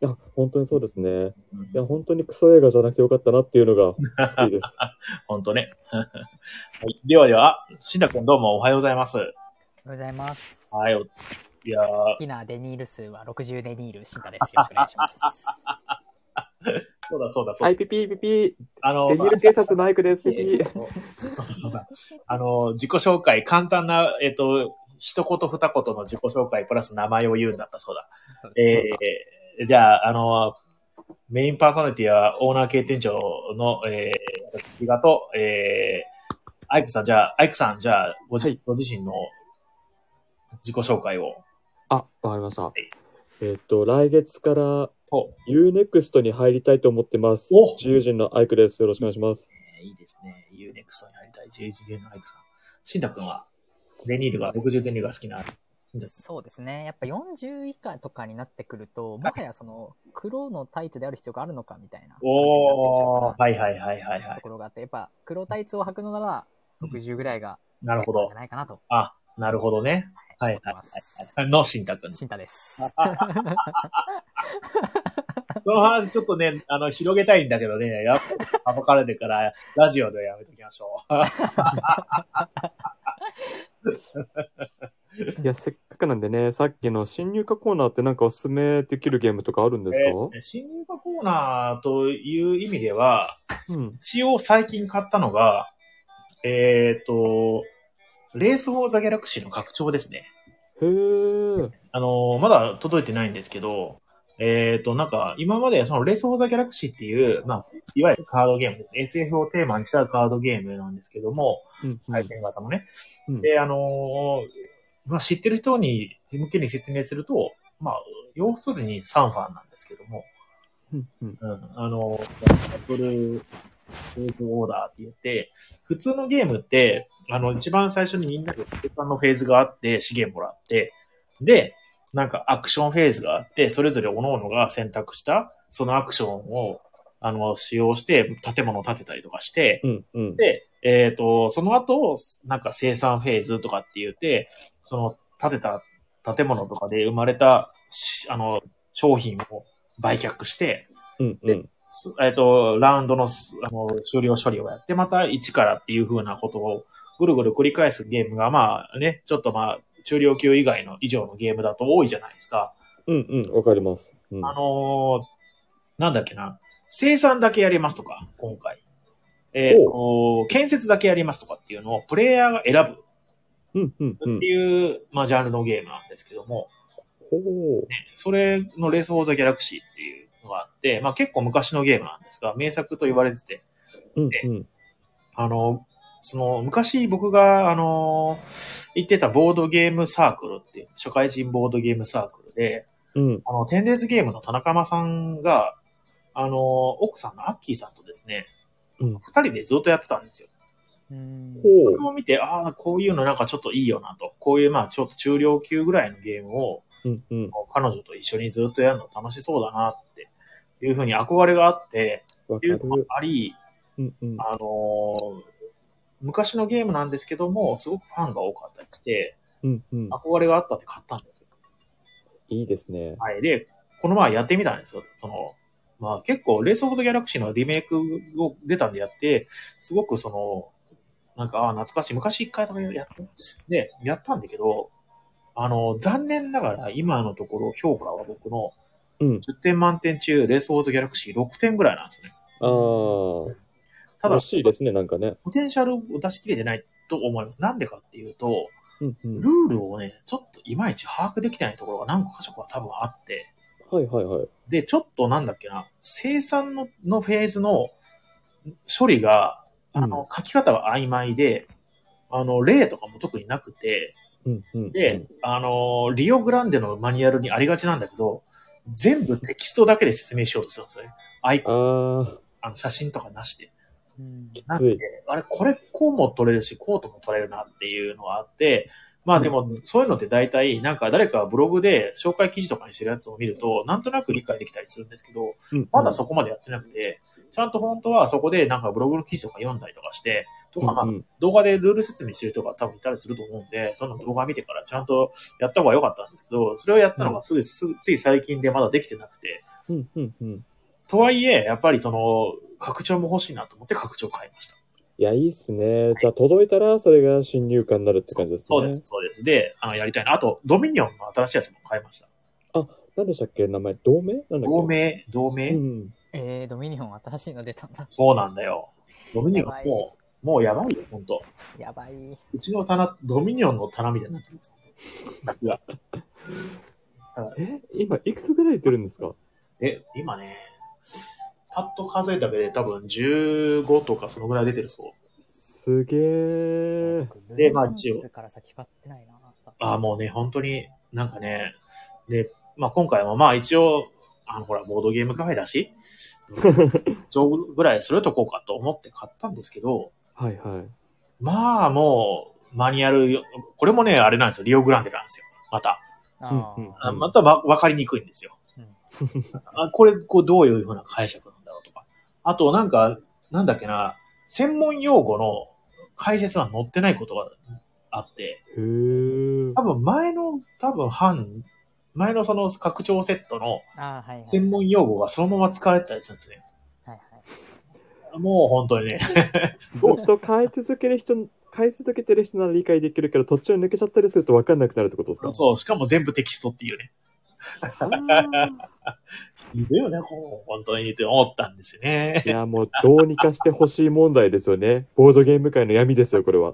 [SPEAKER 2] や、本当にそうですね。
[SPEAKER 1] うん
[SPEAKER 2] いや、本当にクソ映画じゃなくてよかったなっていう のが、好きです。
[SPEAKER 1] 本当ね。 はいではでは、しんだくんどうもおはようございます。
[SPEAKER 3] おはようございます。
[SPEAKER 1] はい。おいやー
[SPEAKER 3] 好きなデニール数は60デニール、シンタです。よろしくお願いします。
[SPEAKER 1] そうだそうだそうだ。
[SPEAKER 2] はい、ピピピピ、
[SPEAKER 1] あの
[SPEAKER 2] デニール警察マイクです、ピピ。
[SPEAKER 1] そうだ。あの、自己紹介、簡単な、えっ、と、一言二言の自己紹介プラス名前を言うんだったそうだ。えー、じゃあ、あの、メインパーソナリティはオーナー系店長の、えー、私がと、えー、アイクさん、じゃあ、アイクさん、じゃあ、ご,、
[SPEAKER 2] はい
[SPEAKER 1] ご自身の自己紹介を。
[SPEAKER 2] あ、わかりました
[SPEAKER 1] い。
[SPEAKER 2] えっと、来月から
[SPEAKER 1] お
[SPEAKER 2] UNEXT に入りたいと思ってます。
[SPEAKER 1] お
[SPEAKER 2] 自由人のアイクです。よろしくお願いします。
[SPEAKER 1] えーいいですね。ユーネクストに入りたい、11のアイクさん。シンタ君は、デニールが、60デニールが好きな、シンタ君。
[SPEAKER 3] そうですね。やっぱ40以下とかになってくると、もはやその、黒のタイツである必要があるのかみたいな話にな
[SPEAKER 1] お
[SPEAKER 3] っ
[SPEAKER 1] ー、
[SPEAKER 3] て
[SPEAKER 1] は
[SPEAKER 3] き
[SPEAKER 1] い
[SPEAKER 3] ちゃう
[SPEAKER 1] はいはいはいは
[SPEAKER 3] と
[SPEAKER 1] い。
[SPEAKER 3] ころがあって、やっぱ黒タイツを履くのなら、60ぐらいが
[SPEAKER 1] なる
[SPEAKER 3] ベ
[SPEAKER 1] ほ
[SPEAKER 3] ストなん
[SPEAKER 1] ど
[SPEAKER 3] じゃ。ないかなと
[SPEAKER 1] あ、なるほどね。はいは
[SPEAKER 3] 思
[SPEAKER 1] い
[SPEAKER 3] ってま
[SPEAKER 1] は
[SPEAKER 3] す。
[SPEAKER 1] い。の、しんたくん。 そ
[SPEAKER 3] シンタです。
[SPEAKER 1] の話ちょっとね、あの、広げたいんだけどね、やっぱ、暴かれてから、ラジオではやめときましょ
[SPEAKER 2] いや、せっかくなんでね、さっきの新入荷コーナーってなんかおすすめできるゲームとかあるんです
[SPEAKER 1] う。新入荷コーナーという意味では、
[SPEAKER 2] かうん。
[SPEAKER 1] 一応最近買ったのが、えっ、と、レース・フォー・ザ・ギャラクシーの拡張ですね。
[SPEAKER 2] へー。
[SPEAKER 1] あの、まだ届いてないんですけど、えっ、と、なんか、今までそのレース・フォー・ザ・ギャラクシーっていう、まあ、いわゆるカードゲームですね。SF をテーマにしたカードゲームなんですけども、
[SPEAKER 2] うん。
[SPEAKER 1] 体験型のね。
[SPEAKER 2] うん
[SPEAKER 1] で、あのーまあ、知ってる人に向けに説明すると、まあ、要するにサンファンなんですけども、
[SPEAKER 2] うん。うん。
[SPEAKER 1] うん、あのー、アップル、オーダーって言って、普通のゲームって、あの、一番最初にみんなで交換のフェーズがあって、資源もらって、で、なんかアクションフェーズがあって、それぞれ各々が選択した、そのアクションを、あの、使用して、建物を建てたりとかして、
[SPEAKER 2] うん。うん。
[SPEAKER 1] で、えっ、と、その後、なんか生産フェーズとかって言って、その建てた建物とかで生まれたし、あの、商品を売却して、
[SPEAKER 2] うん。うん。
[SPEAKER 1] すえっ、と、ラウンドのすあの終了処理をやって、また一からっていう風なことをぐるぐる繰り返すゲームが、まあね、ちょっとまあ、中量級以外の以上のゲームだと多いじゃないですか。
[SPEAKER 2] うん。うん。わかります。うん。
[SPEAKER 1] あのーなんだっけな、生産だけやりますとか、今回。えーと、建設だけやりますとかっていうのをプレイヤーが選
[SPEAKER 2] うん。うん。う
[SPEAKER 1] ぶ
[SPEAKER 2] ん
[SPEAKER 1] って。いう、まあ、ジャンルのゲームなんですけども、
[SPEAKER 2] ほ
[SPEAKER 1] それのレース・フォー・ザ・ギャラクシーっていうのがあって、まあ、結構昔のゲームなんですが、名作と言われてて、
[SPEAKER 2] う。うん。うん。
[SPEAKER 1] あの、その、昔僕が、あの、行ってたボードゲームサークルっていう、社会人ボードゲームサークルで、
[SPEAKER 2] うん。
[SPEAKER 1] あの、テンデーズゲームの田中間さんが、あの、奥さんのアッキーさんとですね、
[SPEAKER 2] うん
[SPEAKER 1] 二人でずっとやってたんですよ。
[SPEAKER 3] うん
[SPEAKER 1] そ
[SPEAKER 2] ほ
[SPEAKER 1] れを見て、ああ、こういうのなんかちょっといいよなと。こういう、まあ、ちょっと中量級ぐらいのゲームを、
[SPEAKER 2] う。うん。うん。
[SPEAKER 1] 彼女と一緒にずっとやるの楽しそうだなっていうふうに憧れがあって、
[SPEAKER 2] わ
[SPEAKER 1] って
[SPEAKER 2] か
[SPEAKER 1] い
[SPEAKER 2] る
[SPEAKER 1] う。のもあり、
[SPEAKER 2] うん。うん。
[SPEAKER 1] あのー昔のゲームなんですけども、すごくファンが多かったりして、
[SPEAKER 2] うん。うん。
[SPEAKER 1] 憧れがあったって買ったんですよ。
[SPEAKER 2] いいですね。
[SPEAKER 1] はい。で、この前やってみたんですよ。その、まあ結構、レースオブザギャラクシーのリメイクを出たんでやって、すごくその、なんか、ああ、懐かしい。昔一回だけやった。で、やったんだけど、あの、残念ながら今のところ評価は僕の
[SPEAKER 2] うん。
[SPEAKER 1] 10点満点中、レースオブザギャラクシー6点ぐらいなんですよね。
[SPEAKER 2] あー。
[SPEAKER 1] ただ
[SPEAKER 2] 惜、しいですね、なんかね。
[SPEAKER 1] ポテンシャルを出し切れてないと思います。なんでかっていうと、
[SPEAKER 2] うん。うん
[SPEAKER 1] ル。ールをね、ちょっといまいち把握できてないところが何個か所か多分あって、
[SPEAKER 2] はいはいはい。
[SPEAKER 1] で、ちょっとなんだっけな、生産ののフェーズの処理が、あの、書き方が曖昧で、あの、例とかも特になくて、
[SPEAKER 2] うん。うん。
[SPEAKER 1] で、あの、リオグランデのマニュアルにありがちなんだけど、全部テキストだけで説明しようとするんですよね。アイ
[SPEAKER 2] あ
[SPEAKER 1] コン、
[SPEAKER 2] ー。
[SPEAKER 1] あの、写真とかなしで。
[SPEAKER 3] うん。
[SPEAKER 1] なん
[SPEAKER 2] つい
[SPEAKER 1] で、あれ、これ、こうも取れるし、こうとも取れるなっていうのがあって、まあでも、そういうのって大体、なんか誰かブログで紹介記事とかにしてるやつを見ると、なんとなく理解できたりするんですけど、
[SPEAKER 2] うん
[SPEAKER 1] まだそこまでやってなくて、ちゃんと本当はそこでなんかブログの記事とか読んだりとかして、と
[SPEAKER 2] うん
[SPEAKER 1] か、まあ
[SPEAKER 2] うん
[SPEAKER 1] 動画でルール説明してる人が多分いたりすると思うんで、その動画見てからちゃんとやった方が良かったんですけど、それをやったのがすぐ、すぐつい最近でまだできてなくて、
[SPEAKER 2] うんうんうん。
[SPEAKER 1] とはいえ、やっぱりその、拡張も欲しいなと思って拡張買いました。
[SPEAKER 2] いや、いいっすね。じゃあ、届いたら、それが新入荷になるって感じですね。
[SPEAKER 1] そうです、。そうです。で、あのやりたいな。あと、ドミニオンの新しいやつも買いました。
[SPEAKER 2] 何でしたっけ名前、同盟なんだっけ
[SPEAKER 1] 同盟、同盟、
[SPEAKER 2] うん。
[SPEAKER 3] えー、ドミニオン新しいの出たんだ。
[SPEAKER 1] そうなんだよ。ドミニオン
[SPEAKER 3] やばい
[SPEAKER 1] もう、もうやばいよ、ほんと。
[SPEAKER 3] やばい。
[SPEAKER 1] うちの棚、ドミニオンの棚みたいになってるんですよ。
[SPEAKER 2] え、今、いくつぐらい売ってるんですか
[SPEAKER 1] え、今ね、パッと数えただけで多分15とかそのぐらい出てるそう。
[SPEAKER 2] すげー。
[SPEAKER 1] でまあ一応
[SPEAKER 3] ルネサンスから先買ってないな。
[SPEAKER 1] ああ、もうね、本当になんかね、で、まあ今回もまあ一応、あのほら、ボードゲームカフェだし、上ぐらいするとこうかと思って買ったんですけど、
[SPEAKER 2] はいはい。
[SPEAKER 1] まあもう、マニュアルよ、これもね、あれなんですよ、リオグランデなんですよ。また。
[SPEAKER 3] あ
[SPEAKER 2] う
[SPEAKER 3] ー
[SPEAKER 2] んうん
[SPEAKER 1] あまたわわかりにくいん ですよ。
[SPEAKER 3] うん
[SPEAKER 1] あこれ、こう、どういうふうな解釈なんだろうとか。あと、なんか、なんだっけな、専門用語の解説が載ってないことがあって、
[SPEAKER 2] へー。
[SPEAKER 1] 多分前の、多分半、前のその拡張セットの
[SPEAKER 3] あー、はいはい。
[SPEAKER 1] 専門用語がそのまま使われてたりするんですね。
[SPEAKER 3] はいはい。
[SPEAKER 1] もう本当に ね。
[SPEAKER 2] ずっと変え続ける人、 変え続けてる人なら理解できるけど、途中抜けちゃったりすると分かんなくなるってことですか
[SPEAKER 1] そう、しかも全部テキストっていうね。
[SPEAKER 2] う。
[SPEAKER 1] いるよね、こう本当にって思ったんですよね
[SPEAKER 2] い。や、もう、どうにかしてほしい問題ですよね。ボードゲーム界の闇ですよ、これは。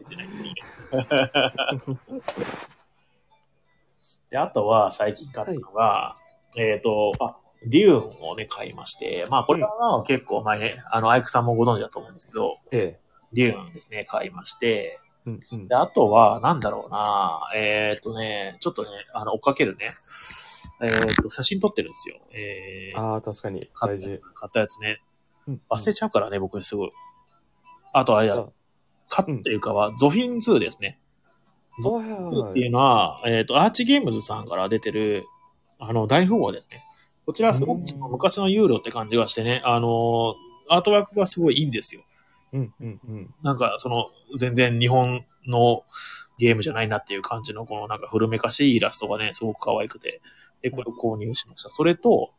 [SPEAKER 1] で、あとは最近買ったのが、えっ、と、あ、リューンをね、買いまして、まあこれはまあ結構前ね、あの、アイクさんもご存知だと思うんですけど、
[SPEAKER 2] ええ。
[SPEAKER 1] リューンですね、買いまして、
[SPEAKER 2] うんうん
[SPEAKER 1] で、。あとは、なんだろうな、えっ、とね、ちょっとね、あの、追っかけるね、えっ、と、写真撮ってるんですよ。えー、
[SPEAKER 2] ああ、確かに。
[SPEAKER 1] 買
[SPEAKER 2] 大
[SPEAKER 1] った
[SPEAKER 2] 事。
[SPEAKER 1] 買ったやつね。
[SPEAKER 2] うん
[SPEAKER 1] 忘れちゃうからね、僕すごい。あとあれ
[SPEAKER 2] じゃ
[SPEAKER 1] だ
[SPEAKER 2] あ、
[SPEAKER 1] 買ったというかは、ゾフィン2ですね。
[SPEAKER 2] はいはい
[SPEAKER 1] っ
[SPEAKER 2] は
[SPEAKER 1] てい
[SPEAKER 2] い。
[SPEAKER 1] うのは、えっ、と、アーチゲームズさんから出てる、あの、大富豪ですね。こちらはすご
[SPEAKER 2] う
[SPEAKER 1] く
[SPEAKER 2] ん
[SPEAKER 1] その昔のユーロって感じがしてね、あのー、アートワークがすごいいいんですよ。
[SPEAKER 2] うんうんうん。
[SPEAKER 1] なんか、その、全然日本のゲームじゃないなっていう感じの、このなんか古めかしいイラストがね、すごく可愛くて、で、これを購入しました。それと、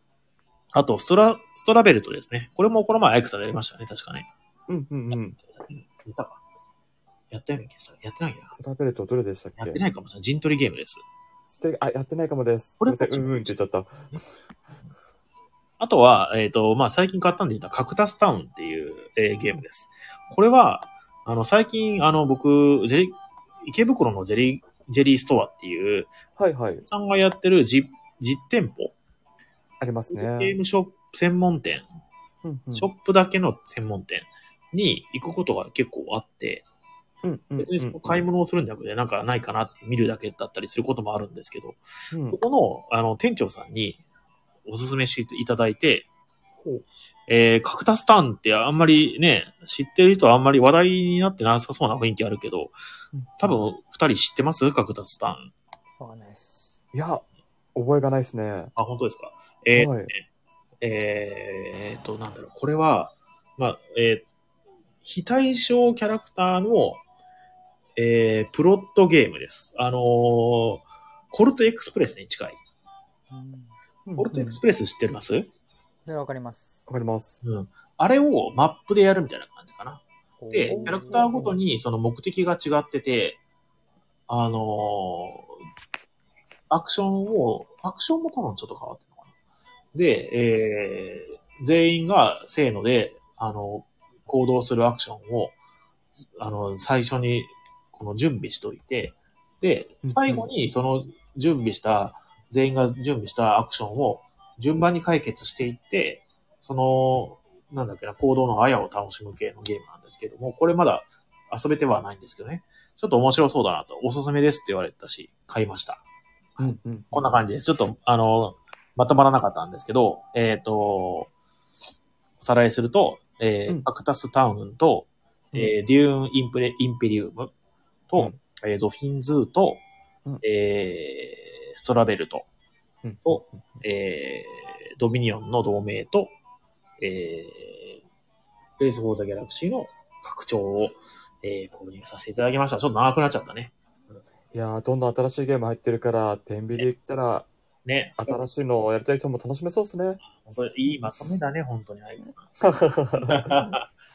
[SPEAKER 1] あと、ストラ、ストラベルトですね。これもこの前アイクさんでやりましたね、確かね。
[SPEAKER 2] うんうんうん。
[SPEAKER 1] やったか。やったような気がした。やってないや。
[SPEAKER 2] 調べるとどれでしたっ
[SPEAKER 1] やっ
[SPEAKER 2] け
[SPEAKER 1] てないかもしれない。陣取りゲームです。
[SPEAKER 2] ちょっとあ、やってないかもです。
[SPEAKER 1] これ
[SPEAKER 2] すいませんうんうんって言っちゃった。
[SPEAKER 1] あとは、えっ、と、まあ、最近買ったんで言うのは、カクタスタウンっていう、えーゲームです。これは、あの、最近、あの、僕、ジェリ池袋のジェリー、ジェリーストアっていう、
[SPEAKER 2] はいはい。
[SPEAKER 1] さんがやってる実、実店舗、
[SPEAKER 2] あります
[SPEAKER 1] ゲ
[SPEAKER 2] ね
[SPEAKER 1] ー。ムショップ専門店、
[SPEAKER 2] うんうん
[SPEAKER 1] ショップだけの専門店に行くことが結構あって、
[SPEAKER 2] うんうんうん
[SPEAKER 1] 別にその買い物をするんじゃなくて、なんかないかなって見るだけだったりすることもあるんですけど、
[SPEAKER 2] うん
[SPEAKER 1] ここの、あの、店長さんにおすすめしていただいて
[SPEAKER 2] ほう、
[SPEAKER 1] えー、カクタスタンってあんまりね、知ってる人はあんまり話題になってなさそうな雰囲気あるけど、多分二人知ってますカクタスタン。
[SPEAKER 3] わかんないです。
[SPEAKER 2] いや、覚えがないですね。
[SPEAKER 1] あ、本当ですかえー
[SPEAKER 2] はい。
[SPEAKER 1] えーっと、なんだろう、これは、まあ、えー非対称キャラクターの、えープロットゲームです。あのーコルトエクスプレスに近い。
[SPEAKER 3] うん。
[SPEAKER 1] コルトエクスプレス知ってます、
[SPEAKER 3] それはわかります。
[SPEAKER 2] わかります。
[SPEAKER 1] うん。あれをマップでやるみたいな感じかな。で、キ
[SPEAKER 3] お
[SPEAKER 1] ャラクターごとにその目的が違ってて、あのーアクションを、アクションも多分ちょっと変わってるのかな。で、えー全員がせーので、あの、行動するアクションを、あの、最初に、この準備しといて、で
[SPEAKER 2] う、ん
[SPEAKER 1] 最後にその準備した、全員が準備したアクションを順番に解決していって、その、なんだっけな、行動のあやを楽しむ系のゲームなんですけども、これまだ遊べてはないんですけどね。ちょっと面白そうだなと、おすすめですって言われたし、買いました。
[SPEAKER 2] うんうん。
[SPEAKER 1] こんな感じです。ちょっと、あの、まとまらなかったんですけど、えっ、と、おさらいすると、えー
[SPEAKER 2] うん
[SPEAKER 1] アクタスタウンと、えーデューンインプレインペリウム
[SPEAKER 2] う
[SPEAKER 1] と
[SPEAKER 2] ん、
[SPEAKER 1] えーゾフィンズーと、
[SPEAKER 2] うん
[SPEAKER 1] えーストラベルと、
[SPEAKER 2] うん
[SPEAKER 1] おえードミニオンの同盟と、えーレース・フォー・ザ・ギャラクシーの拡張を、えー購入させていただきました。ちょっと長くなっちゃったね。
[SPEAKER 2] いやー、どんどん新しいゲーム入ってるから、天秤で来たら、
[SPEAKER 1] ね。
[SPEAKER 2] 新しいのをやりたい人も楽しめそうですね。
[SPEAKER 1] 本当にいいまとめだね、本当 に。あいつ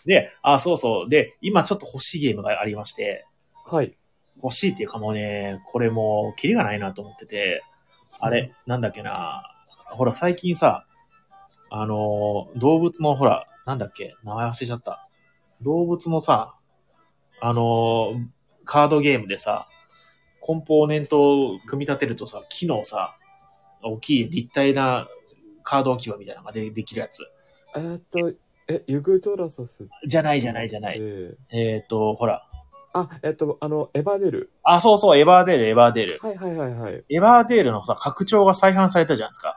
[SPEAKER 1] で、あ、そうそう。で、今ちょっと欲しいゲームがありまして、
[SPEAKER 2] はい。
[SPEAKER 1] 欲しいっていうかもうね、これもうキリがないなと思ってて、あれ、なんだっけな、ほら最近さ、あのー、動物のほら、なんだっけ、名前忘れちゃった。動物のさ、あのー、カードゲームでさ、コンポーネントを組み立てるとさ、木のさ、大きい立体なカード置き場みたいなのがでできるやつ。
[SPEAKER 2] えーっと、え、ユグドラサス。
[SPEAKER 1] じゃないじゃないじゃな
[SPEAKER 2] え
[SPEAKER 1] い。
[SPEAKER 2] ー
[SPEAKER 1] えっ、と、ほら。
[SPEAKER 2] あ、えっと、あの、エヴァデル。
[SPEAKER 1] あ、そうそう、エヴァーデール、エヴァーデール。
[SPEAKER 2] はいはいはいはい。
[SPEAKER 1] エヴァーデールのさ、拡張が再販されたじゃないですか。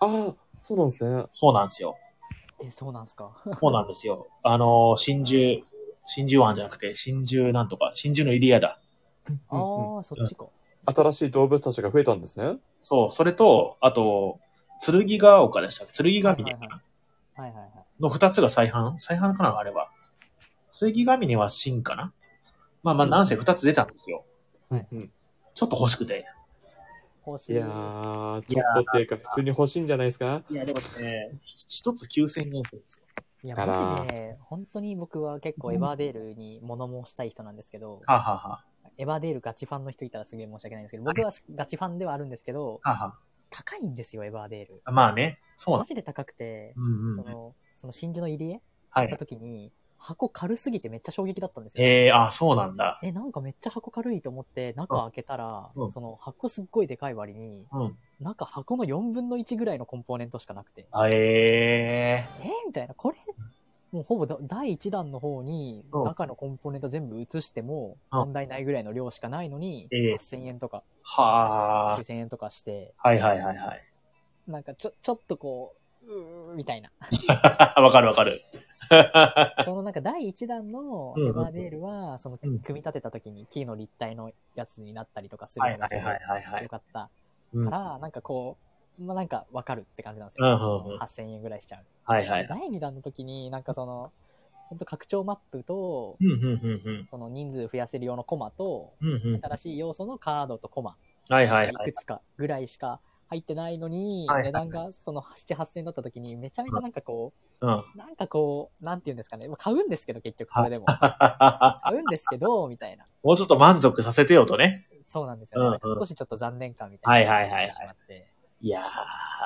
[SPEAKER 2] ああ、そうなんですね。
[SPEAKER 1] そうなん ですよ。
[SPEAKER 3] え、そうなんすか。
[SPEAKER 1] そうなんですよ。あのー、真珠、真珠湾じゃなくて、真珠なんとか、真珠の入谷だ。
[SPEAKER 3] ああ、そっちか。
[SPEAKER 2] 新しい動物たちが増えたんですね。
[SPEAKER 1] そう、それと、あと、剣ヶ丘でしたっけ剣ヶ峰かな、
[SPEAKER 3] はいはいはいはい。
[SPEAKER 1] の二つが再販再販かなあれは。剣ヶ峰は新かなまあまあ、なんせ二つ出たんですよ。
[SPEAKER 2] うん
[SPEAKER 1] ちょっと欲しくて。
[SPEAKER 3] 欲し
[SPEAKER 2] い
[SPEAKER 3] い。
[SPEAKER 2] やー、ちょっとっていうか、普通に欲しいんじゃないですか
[SPEAKER 1] いや、でもね、一つ9000円するんですよ。
[SPEAKER 3] いや、
[SPEAKER 2] あらー
[SPEAKER 3] マジで、本当に僕は結構エヴァーデールに物申したい人なんですけど、
[SPEAKER 1] はあ、はあは
[SPEAKER 3] エヴァーデールガチファンの人いたらすげえ申し訳ないんですけど、僕はガチファンではあるんですけど、
[SPEAKER 1] あ、はあは
[SPEAKER 3] 高いんですよ、エヴァーデール。
[SPEAKER 1] あ。まあね、そうなん
[SPEAKER 3] マ
[SPEAKER 1] です。
[SPEAKER 3] ジで高くて、
[SPEAKER 1] うんう
[SPEAKER 3] そ
[SPEAKER 1] ん。
[SPEAKER 3] の、その真珠の入り江
[SPEAKER 1] は
[SPEAKER 3] 買った
[SPEAKER 1] い。
[SPEAKER 3] 時に、箱軽すぎてめっちゃ衝撃だったんですよ。
[SPEAKER 1] えー、あ、そうなんだ。
[SPEAKER 3] え、なんかめっちゃ箱軽いと思って、中開けたら、
[SPEAKER 1] うん
[SPEAKER 3] その箱すっごいでかい割に、
[SPEAKER 1] うん。
[SPEAKER 3] 中箱の4分の1ぐらいのコンポーネントしかなくて、
[SPEAKER 1] あえ
[SPEAKER 3] えーみたいな、これ、もうほぼだ第1弾の方に、
[SPEAKER 1] うん
[SPEAKER 3] 中のコンポーネント全部移しても、
[SPEAKER 1] うん
[SPEAKER 3] 問題ないぐらいの量しかないのに、
[SPEAKER 1] ええ
[SPEAKER 3] 8000円とか、
[SPEAKER 1] ー、はあ。
[SPEAKER 3] 9000円とかして、
[SPEAKER 1] はいはいはいはい。
[SPEAKER 3] なんかちょ、ちょっとこう、うーみ たいな。
[SPEAKER 1] わかるわかる。
[SPEAKER 3] そのなんか第1弾の
[SPEAKER 1] うんうん
[SPEAKER 3] エヴァーデールは、その
[SPEAKER 1] うん
[SPEAKER 3] 組み立てた時に木の立体のやつになったりとかす
[SPEAKER 1] は
[SPEAKER 3] る
[SPEAKER 1] い
[SPEAKER 3] の
[SPEAKER 1] は
[SPEAKER 3] が
[SPEAKER 1] い
[SPEAKER 3] す
[SPEAKER 1] はいはいは
[SPEAKER 3] ごい
[SPEAKER 1] い
[SPEAKER 3] 良。かった
[SPEAKER 1] うん
[SPEAKER 3] か
[SPEAKER 1] は
[SPEAKER 3] ら、なんかこう、まあなんかわかるって感じなんです
[SPEAKER 1] うん
[SPEAKER 3] よ
[SPEAKER 1] うんうん。
[SPEAKER 3] 8000円ぐらいしちゃう。
[SPEAKER 1] いはい。
[SPEAKER 3] 第2弾の時になんかその、ほんと拡張マップと
[SPEAKER 1] う、んうんうん
[SPEAKER 3] その人数増やせる用のコマと、
[SPEAKER 1] うん。うんうん。
[SPEAKER 3] 新しい要素のカードとコマ、
[SPEAKER 1] はいはい
[SPEAKER 3] い
[SPEAKER 1] は
[SPEAKER 3] く
[SPEAKER 1] い。
[SPEAKER 3] つかぐらいしか入ってないのに
[SPEAKER 1] はい、
[SPEAKER 3] 値段がその7、8000円だった時に、めちゃめちゃなんかこ
[SPEAKER 1] うん。は
[SPEAKER 3] う、なんかこう、なんて言うんですかね、まあ買うんですけど結局それでも。
[SPEAKER 1] ははは
[SPEAKER 3] 買うんですけど、みたいな。
[SPEAKER 1] もうちょっと満足させてよとね。
[SPEAKER 3] そうなんですよ、ね。なん
[SPEAKER 1] うんうん
[SPEAKER 3] か少しちょっと残念感みたいな。
[SPEAKER 1] はいはいはいはい
[SPEAKER 3] しまって。
[SPEAKER 1] いやー、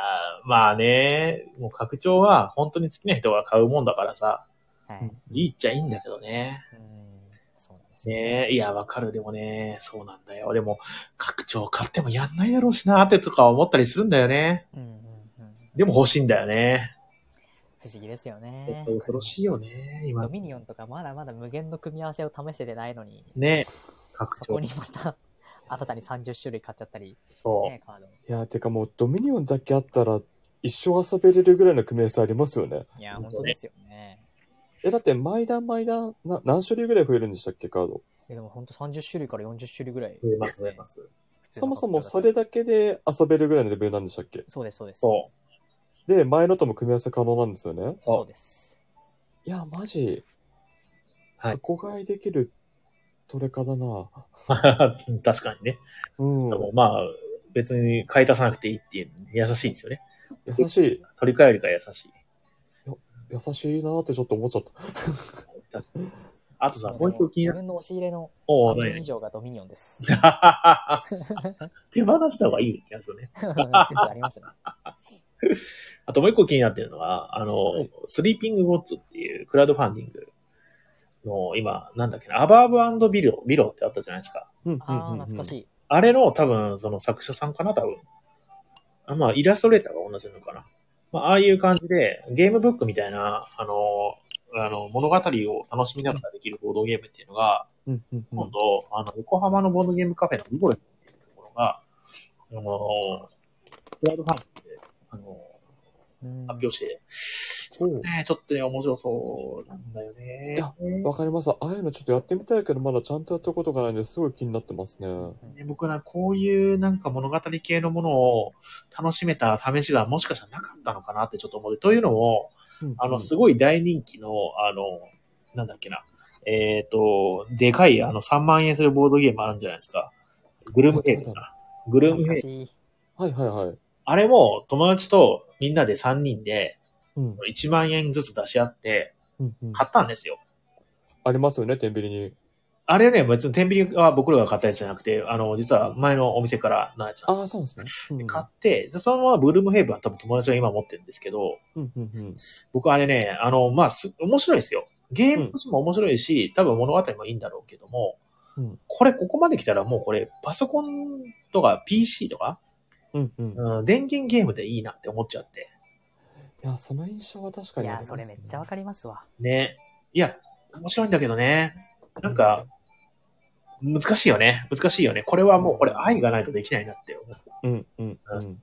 [SPEAKER 1] まあね、もう拡張は本当に好きな人が買うもんだからさ、
[SPEAKER 3] はい。
[SPEAKER 1] いいっちゃいいんだけどね。
[SPEAKER 3] うん。そうなんです。
[SPEAKER 1] ねえ、いや、わかる。でもね、そうなんだよ。でも、拡張買ってもやんないだろうしなーってとか思ったりするんだよね。
[SPEAKER 3] うんうんうん。
[SPEAKER 1] でも欲しいんだよね。
[SPEAKER 3] 不思議ですよ
[SPEAKER 1] や
[SPEAKER 3] ね
[SPEAKER 1] っぱ。恐ろしいよね、今
[SPEAKER 3] ド。ミニオンとかまだまだ無限の組み合わせを試せてないのに、
[SPEAKER 1] ね拡
[SPEAKER 3] そ
[SPEAKER 1] 張
[SPEAKER 3] こ。にまた新たに30種類買っちゃったり、
[SPEAKER 1] そう。
[SPEAKER 3] ね、カード。
[SPEAKER 2] いやー、てかもう、ドミニオンだけあったら、一生遊べれるぐらいの組み合わせありますよね。
[SPEAKER 3] いや、
[SPEAKER 1] 本
[SPEAKER 3] 本
[SPEAKER 1] 当
[SPEAKER 3] 当
[SPEAKER 1] ね
[SPEAKER 3] ですよね。
[SPEAKER 2] え、だって、毎段毎段、な何種類ぐらい増えるんでしたっけ、カード。
[SPEAKER 3] えでも本当30種類から40種類ぐらい、
[SPEAKER 1] 増えます、増えます。
[SPEAKER 3] 普通
[SPEAKER 2] そ
[SPEAKER 3] の
[SPEAKER 2] も
[SPEAKER 3] カー
[SPEAKER 2] そ
[SPEAKER 3] ド
[SPEAKER 2] も
[SPEAKER 3] だと
[SPEAKER 2] それだけで遊べるぐらいのレベルなんでしたっけ
[SPEAKER 3] そうです、そうです。。
[SPEAKER 1] そう
[SPEAKER 2] で、前のとも組み合わせ可能なんですよね。
[SPEAKER 3] そう
[SPEAKER 1] そ
[SPEAKER 3] です。
[SPEAKER 2] いや、マジ。
[SPEAKER 1] はい
[SPEAKER 2] 箱買いできるトレカだな。
[SPEAKER 1] う。 確かにね。
[SPEAKER 2] うん。
[SPEAKER 1] でもまあ、別に買い足さなくていいっていう、優しいんですよね。
[SPEAKER 2] 優しい。
[SPEAKER 1] 取り替えるから優しい。
[SPEAKER 2] 優しいなーってちょっと思っちゃった。
[SPEAKER 1] 確かに。あとさ、
[SPEAKER 3] で
[SPEAKER 1] もう一個気にな
[SPEAKER 3] 自
[SPEAKER 1] る。
[SPEAKER 3] 分の押し入れの
[SPEAKER 1] お
[SPEAKER 3] 半
[SPEAKER 1] お、
[SPEAKER 3] 分以
[SPEAKER 1] ね。
[SPEAKER 3] 上がドミニオンです。
[SPEAKER 1] 手放した方がいいやつね。
[SPEAKER 3] 説ありますね。
[SPEAKER 1] あともう一個気になってるのは、あの、
[SPEAKER 2] はい
[SPEAKER 1] スリーピングウォッツっていうクラウドファンディングの、今、なんだっけな、アバーブビロ、ビロってあったじゃないですか。
[SPEAKER 2] うん、うん
[SPEAKER 3] ああ、
[SPEAKER 2] うん
[SPEAKER 3] 懐かしい。
[SPEAKER 1] あれの多分、その作者さんかな、多分。あまあ、イラストレーターが同じなのかな。まあ、ああいう感じで、ゲームブックみたいな、あの、あの、物語を楽しみながらできるボードゲームっていうのが、
[SPEAKER 2] うんうんうん
[SPEAKER 1] 今度、あの、横浜のボードゲームカフェのリボレスっていうところが、あの、クラウドファンディングで、あの、
[SPEAKER 3] うん
[SPEAKER 1] 発表して、それね、ちょっとね、面白そうなんだよね。
[SPEAKER 2] いやわかります。ああいうのちょっとやってみたいけど、まだちゃんとやったことがないんで、すごい気になってますね。
[SPEAKER 1] ね僕らこういうなんか物語系のものを楽しめた試しがもしかしたらなかったのかなってちょっと思う。というのも、
[SPEAKER 2] うん
[SPEAKER 1] あ
[SPEAKER 2] う
[SPEAKER 1] の、
[SPEAKER 2] ん
[SPEAKER 1] すごい大人気の、あの、なんだっけな、えっ、と、でかい、あの、3万円するボードゲームあるんじゃないですか。グルムヘイブンかな。グルム
[SPEAKER 3] 懐
[SPEAKER 1] ヘ
[SPEAKER 3] か
[SPEAKER 1] イブン。
[SPEAKER 3] しい。
[SPEAKER 2] はいはいはい。
[SPEAKER 1] あれも友達とみんなで3人で
[SPEAKER 2] うん。
[SPEAKER 1] 1万円ずつ出し合って
[SPEAKER 2] うんうん、
[SPEAKER 1] 買ったんですよ。
[SPEAKER 2] ありますよね、天秤に。
[SPEAKER 1] あれね、別に天秤は僕らが買ったやつじゃなくて、あの、実は前のお店からのやつなんで
[SPEAKER 2] ああ、そうなんですね。
[SPEAKER 1] 買って、でそのままブルームヘイブンは多分友達が今持ってるんですけど、
[SPEAKER 2] うんうんうんうん。
[SPEAKER 1] 僕あれね、あの、まあ、す面白いですよ。ゲームとしても面白いし、多分物語もいいんだろうけども、
[SPEAKER 2] うん
[SPEAKER 1] これ、ここまで来たらもうこれ、パソコンとか PC とか、
[SPEAKER 2] うんうん。い
[SPEAKER 1] うん、電源ゲームでいいなって思っちゃって。
[SPEAKER 2] や、その印象は確か
[SPEAKER 3] い
[SPEAKER 2] にあり
[SPEAKER 3] や
[SPEAKER 2] ま、す
[SPEAKER 3] そ
[SPEAKER 2] ね、
[SPEAKER 3] れめっちゃわかりますわ。
[SPEAKER 1] ね。いや、面白いんだけどね。なんか、難しいよね。難しいよね。これはもう、これ愛がないとできないなって思う。
[SPEAKER 2] うんうんうん。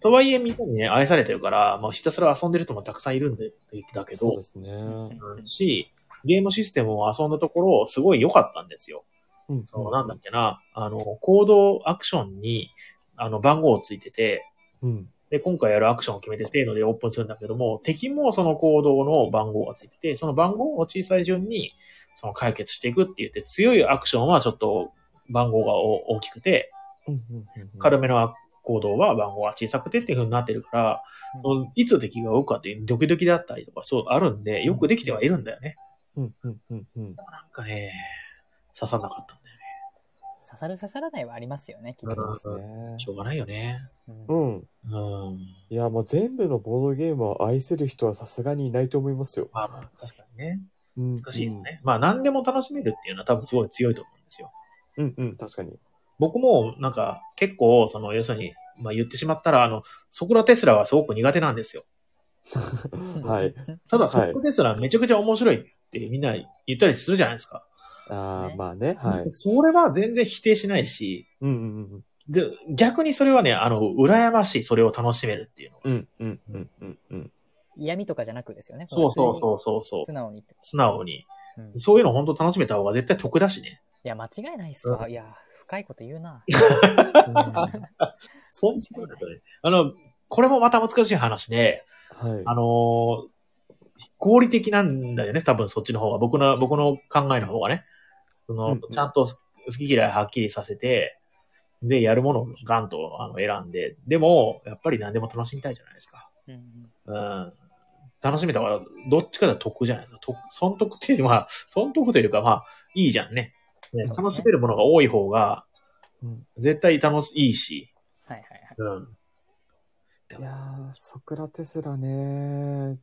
[SPEAKER 1] とはいえ、みんなにね、愛されてるから、まあ、ひたすら遊んでる人もたくさんいるんで、だけ
[SPEAKER 2] そう
[SPEAKER 1] ど
[SPEAKER 2] で、すね。
[SPEAKER 1] うんし、ゲームシステムを遊んだところ、すごい良かったんですよ。
[SPEAKER 2] うん
[SPEAKER 1] その、なんだっけな、あの、行動アクションに、あの、番号ついてて、
[SPEAKER 2] うん。
[SPEAKER 1] で、今回やるアクションを決めて、せーのでオープンするんだけども、敵もその行動の番号がついてて、その番号を小さい順に、その解決していくって言って、強いアクションはちょっと番号がお大きくて、
[SPEAKER 2] うんうんうんうん。
[SPEAKER 1] 軽めの行動は番号が小さくてっていう風になってるから、
[SPEAKER 3] う
[SPEAKER 1] そのいつ敵が動くかっていうドキドキだったりとか、そう、あるんで、よくできてはいるんだよね。
[SPEAKER 2] うんうんうんうん。
[SPEAKER 1] なんかね、刺さんなかったんだよね。
[SPEAKER 3] 刺さる刺さらないはありますよね、きっ
[SPEAKER 2] あり
[SPEAKER 3] と。
[SPEAKER 2] ますね。
[SPEAKER 1] しょうがないよね。
[SPEAKER 3] うん
[SPEAKER 2] うん。
[SPEAKER 1] うん。
[SPEAKER 2] いや、もう全部のボードゲームを愛せる人はさすがにいないと思いますよ。
[SPEAKER 1] まあまあ、確かにね。
[SPEAKER 2] うん
[SPEAKER 1] 難しいです。ね。まあ、何でも楽しめるっていうのは多分すごい強いと思うんですよ。
[SPEAKER 2] うんうん、確かに。
[SPEAKER 1] 僕も、なんか、結構、その、要するに、まあ言ってしまったら、あの、ソクラテスラはすごく苦手なんですよ。
[SPEAKER 2] はい。
[SPEAKER 1] ただ、ソ
[SPEAKER 2] はい
[SPEAKER 1] クラテスラめちゃくちゃ面白いってみんな言ったりするじゃないですか。
[SPEAKER 2] ああ、まあね、はい。
[SPEAKER 1] それは全然否定しないし、
[SPEAKER 2] うんうん
[SPEAKER 1] で、逆にそれはね、あの、羨ましい、それを楽しめるっていうのが。
[SPEAKER 2] うん。うんうんうんうんうん。
[SPEAKER 3] 嫌味とかじゃなくですよね。
[SPEAKER 1] そうそう
[SPEAKER 3] う。
[SPEAKER 1] そうそうそう。
[SPEAKER 3] 素直にって。
[SPEAKER 1] 素直に。
[SPEAKER 3] うんい
[SPEAKER 1] そういうの本当楽しめた方が絶対得だしね。
[SPEAKER 3] や、間違いないっすわ。
[SPEAKER 1] う
[SPEAKER 3] いや、深いこと言うな。
[SPEAKER 2] は
[SPEAKER 1] そんなことないあの、これもまた難しい話で、
[SPEAKER 2] い。
[SPEAKER 1] あのー合理的なんだよね、多分そっちの方が。僕の、僕の考えの方がね。その、
[SPEAKER 2] うんうん
[SPEAKER 1] ちゃんと好き嫌いはっきりさせて、で、やるものをガンとあの選んで、でも、やっぱり何でも楽しみたいじゃないですか。
[SPEAKER 3] うんうん
[SPEAKER 1] うん。楽しめた方が、どっちかが得じゃないですか。得、損得っていうのは、 損得というか、まあ、いいじゃんね。ね
[SPEAKER 3] そうですね
[SPEAKER 1] 楽しめるものが多い方が、
[SPEAKER 2] うん
[SPEAKER 1] 絶対楽しいいし。
[SPEAKER 3] はいはいはい。
[SPEAKER 1] うん。
[SPEAKER 2] いやー、ソクラテスラね、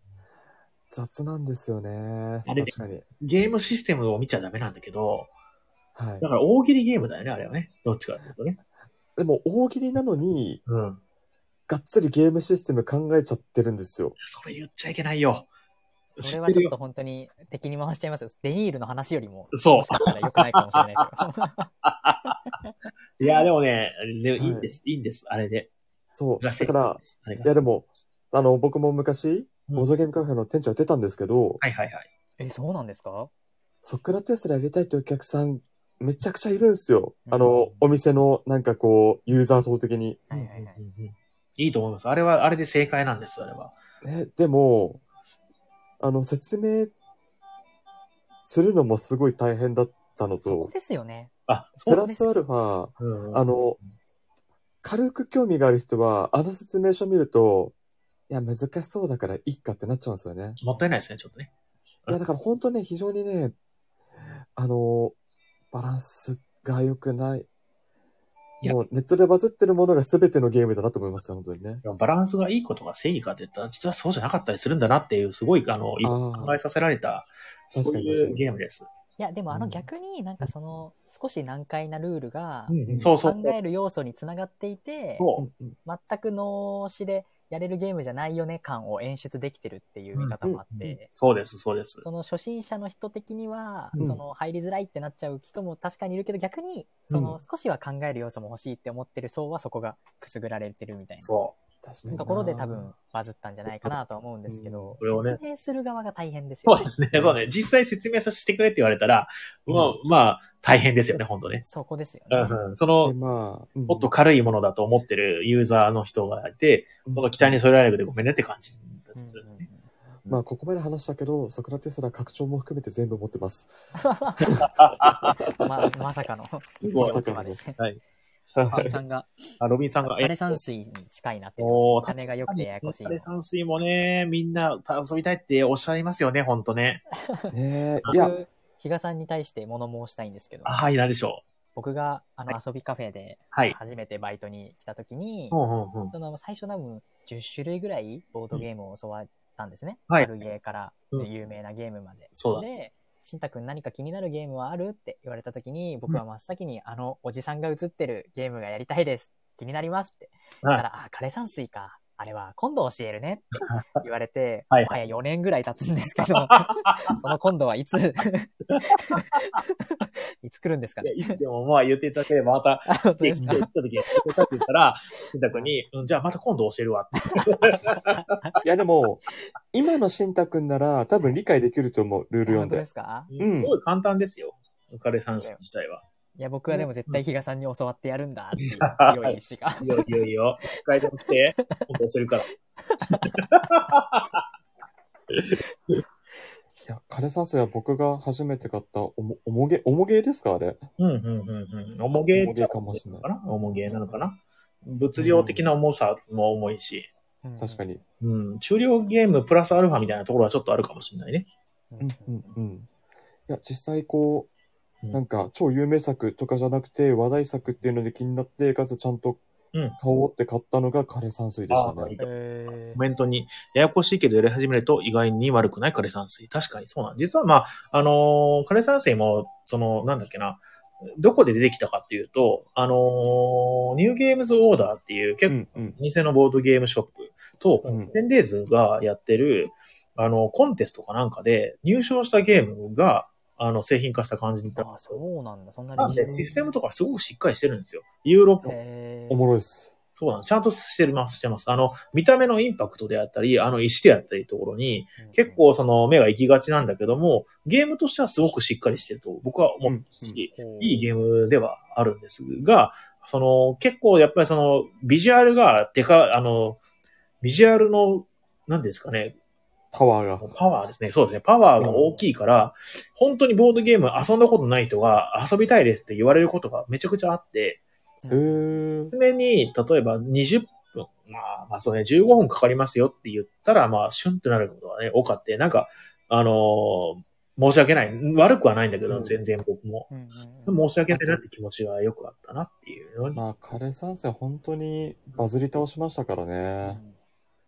[SPEAKER 2] 雑なんですよね。
[SPEAKER 1] あれ
[SPEAKER 2] 確かに。
[SPEAKER 1] ゲームシステムを見ちゃダメなんだけど、
[SPEAKER 2] はい
[SPEAKER 1] だ。から大喜利ゲームだよね、あれはね。どっちかっていうとね。
[SPEAKER 2] でも、大喜利なのに、
[SPEAKER 1] うん。
[SPEAKER 2] がっつりゲームシステム考えちゃってるんですよ。
[SPEAKER 1] それ言っちゃいけないよ。
[SPEAKER 3] それはちょっと本当に敵に回しちゃいますよ。デニールの話よりも、
[SPEAKER 1] そう
[SPEAKER 3] もしかしたら良くないかもしれないですよ。
[SPEAKER 1] いや、でもね、で
[SPEAKER 2] い
[SPEAKER 1] いいんです、いいんです、あれで。
[SPEAKER 2] そう。だから、
[SPEAKER 1] あれ
[SPEAKER 2] いや
[SPEAKER 1] が。
[SPEAKER 2] でも、あの、僕も昔、
[SPEAKER 1] うん
[SPEAKER 2] ボードゲームカフェの店長やってたんですけど、
[SPEAKER 1] はいはいはい。
[SPEAKER 3] え、そうなんですか
[SPEAKER 2] ソクラテスラやりたいってお客さん、めちゃくちゃいるんですよ。
[SPEAKER 3] うん
[SPEAKER 2] あの、お店の、なんかこう、ユーザー層的に。
[SPEAKER 3] はいはいはい。
[SPEAKER 1] うんうんいいと思います。あれは、あれで正解なんです、あれは。
[SPEAKER 2] え、でも、あの、説明するのもすごい大変だったの、
[SPEAKER 3] そことですよね。
[SPEAKER 1] あ、
[SPEAKER 2] プ
[SPEAKER 1] そう
[SPEAKER 2] ラスアルファ、
[SPEAKER 1] うんうん
[SPEAKER 2] あの、軽く興味がある人は、あの説明書見ると、いや、難しそうだから、いっかってなっちゃうんですよね。
[SPEAKER 1] もったいないですね、ちょっとね。
[SPEAKER 2] いや、だから本当ね、非常にね、あの、バランスが良くない。
[SPEAKER 1] いや
[SPEAKER 2] もうネットでバズってるものが全てのゲームだなと思いますよ、本当にね。
[SPEAKER 1] でもバランスがいいことが正義かって言ったら、実はそうじゃなかったりするんだなっていう、すごい、あの、い
[SPEAKER 2] あー
[SPEAKER 1] 考えさせられた、
[SPEAKER 2] 確
[SPEAKER 1] そう
[SPEAKER 2] かに
[SPEAKER 1] いうゲームです。
[SPEAKER 3] いや、でもあ
[SPEAKER 2] う
[SPEAKER 3] の
[SPEAKER 2] ん
[SPEAKER 3] 逆になんかその少し難解なルールが
[SPEAKER 1] うんうんそうそう
[SPEAKER 3] 考
[SPEAKER 1] そう。
[SPEAKER 3] える要素につながっていて、
[SPEAKER 1] そう
[SPEAKER 2] うんうん
[SPEAKER 3] 全く脳死でやれるゲームじゃないよね感を演出できてるっていう見方もあっ
[SPEAKER 2] うん
[SPEAKER 3] て、
[SPEAKER 1] そうです、そうです。
[SPEAKER 3] その初心者の人的には、
[SPEAKER 2] うん
[SPEAKER 3] その入りづらいってなっちゃう人も確かにいるけど、逆に、その少しは考える要素も欲しいって思ってる層はそこがくすぐられてるみたいな。
[SPEAKER 1] そ
[SPEAKER 2] 確か
[SPEAKER 3] のところで多分バズったんじゃないかなとは思うんですけど、
[SPEAKER 1] うんこれをね
[SPEAKER 3] 説明する側が大変ですよ
[SPEAKER 1] そう
[SPEAKER 3] ね
[SPEAKER 1] で。すね。そうね。実際説明させてくれって言われたら、
[SPEAKER 2] うん
[SPEAKER 1] まあ、まあ、大変ですよね、本当ね。
[SPEAKER 3] そこですよ
[SPEAKER 1] う
[SPEAKER 3] ね。
[SPEAKER 1] んうん、そ
[SPEAKER 2] で
[SPEAKER 1] の、
[SPEAKER 2] まあ、うん
[SPEAKER 1] もっと軽いものだと思ってるユーザーの人がいて、
[SPEAKER 2] うん
[SPEAKER 1] なんか期待に添えられなくてごめんねって感じ。
[SPEAKER 3] うんうんうん
[SPEAKER 2] まあ、ここまで話したけど、ソクラテスラ拡張も含めて全部持ってます。
[SPEAKER 3] まあ、まさかの。
[SPEAKER 1] すごい
[SPEAKER 3] そこまで。
[SPEAKER 1] はい。
[SPEAKER 3] パンさんが、
[SPEAKER 1] あ、ロビンさんが、
[SPEAKER 3] 枯れ山水に近いなって言って
[SPEAKER 1] おー
[SPEAKER 3] ます。種が良くてややこしい
[SPEAKER 1] 枯。山水もね、みんな遊びたいっておっしゃいますよね、ほんとね。
[SPEAKER 2] ねえ。いや、
[SPEAKER 3] 僕、比嘉さんに対して物申したいんですけど、
[SPEAKER 1] あはい、なんでしょ
[SPEAKER 3] 僕があ
[SPEAKER 1] は
[SPEAKER 3] の遊びカフェで
[SPEAKER 1] はい
[SPEAKER 3] 初めてバイトに来た時に
[SPEAKER 1] う。う、んうんうん。
[SPEAKER 3] その最初多分10種類ぐらいボードゲームを教わったんですね。
[SPEAKER 1] はい
[SPEAKER 3] 軽ゲーから
[SPEAKER 1] うん
[SPEAKER 3] 有名なゲームまで。
[SPEAKER 1] そうだ
[SPEAKER 3] で、しんたくん何か気になるゲームはあるって言われた時に、僕は真っ先にあのおじさんが映ってるゲームがやりたいです。気になりますって。
[SPEAKER 1] はい
[SPEAKER 3] だから、あ、枯山水か。あれは今度教えるねって言われて、
[SPEAKER 1] はい
[SPEAKER 3] もはや4年ぐらい経つ んですけど、その今度はいつ、 いつ来るんですか
[SPEAKER 1] いや、
[SPEAKER 3] ね。
[SPEAKER 1] いつでもまあ言っていただければ、ま た、
[SPEAKER 3] あ本当
[SPEAKER 1] でき
[SPEAKER 3] です
[SPEAKER 1] て
[SPEAKER 3] か
[SPEAKER 1] 行った時に、こうかって言ったら、新宅 に、うん、じゃあまた今度教えるわって。
[SPEAKER 2] いやでも、今の慎太くんなら多分理解できると思う、ルール読ん
[SPEAKER 3] 本当で
[SPEAKER 2] です
[SPEAKER 3] か
[SPEAKER 2] うん
[SPEAKER 1] すごい簡単ですよ。枯れ山水自体は。
[SPEAKER 3] いや、僕はでも絶対比嘉さんに教わってやるんだっていう強い意志が。
[SPEAKER 1] いいよいいよいいよ。一回でも来 て、今度教えるから。
[SPEAKER 2] いや、枯山水は僕が初めて買ったおも、おもげ、おもげですかあれ。
[SPEAKER 1] うんうんうんうん。重げ
[SPEAKER 2] 重げかもしれない
[SPEAKER 1] かな重げなのかな物量的な重さも重いし、
[SPEAKER 2] 確か
[SPEAKER 3] に。
[SPEAKER 2] に。
[SPEAKER 1] うん、中量ゲームプラスアルファみたいなところはちょっとあるかもしれないね。
[SPEAKER 2] うん、うん、うん。いや、実際こう、
[SPEAKER 1] うん
[SPEAKER 2] なんか超有名作とかじゃなくて話題作っていうので気になって、かつちゃんと
[SPEAKER 1] うん
[SPEAKER 2] 買おうって買ったのが枯山水でした
[SPEAKER 1] あーいい
[SPEAKER 2] ね。
[SPEAKER 1] と
[SPEAKER 3] え
[SPEAKER 1] コメントに、ややこしいけどやり始めると意外に悪くない枯山水。確かにそうなん。実はまあ、あのー枯山水も、その、なんだっけな、どこで出てきたかっていうと、あのーニューゲームズオーダーっていう
[SPEAKER 2] う
[SPEAKER 1] 結
[SPEAKER 2] ん、うん。
[SPEAKER 1] 構、偽のボードゲームショップと、
[SPEAKER 2] うん
[SPEAKER 1] テンデイズがやってる、あの、コンテストかなんかで入賞したゲームが、あの、製品化した感じに
[SPEAKER 3] ー、
[SPEAKER 1] な
[SPEAKER 3] ああ、そうなんだ。そんな
[SPEAKER 1] なん
[SPEAKER 3] 歴史
[SPEAKER 1] で、システムとかすごくしっかりしてるんですよ。ユーロッパ
[SPEAKER 3] へー
[SPEAKER 2] おもろいっす。
[SPEAKER 1] そうなんちゃんとしてます、してます。あの、見た目のインパクトであったり、あの、石であったりところに、結、構その目が行きがちなんだけども、ゲームとしてはすごくしっかりしてると僕は思うんですし、いい
[SPEAKER 3] ー
[SPEAKER 1] ゲームではあるんですが、その結構やっぱりそのビジュアルがでか、あの、ビジュアルの、何ですかね、
[SPEAKER 2] パワーが。
[SPEAKER 1] パワーですね。そうですね。パワーが大きいから、本当にボードゲーム遊んだことない人が遊びたいですって言われることがめちゃくちゃあって、
[SPEAKER 2] へー。
[SPEAKER 1] 常に、例えば20分、まあ、まあそうね、15分かかりますよって言ったら、まあ、シュンってなることがね、多かって、なんか、あのー申し訳ない。悪くはないんだけど、
[SPEAKER 2] うん
[SPEAKER 1] 全然僕も。
[SPEAKER 3] うんうんう
[SPEAKER 1] 申
[SPEAKER 3] ん
[SPEAKER 1] し訳ないなって気持ちがよくあったなっていうのに。
[SPEAKER 2] まあ、枯山水は本当にバズり倒しましたから
[SPEAKER 3] う
[SPEAKER 2] ね。
[SPEAKER 3] ん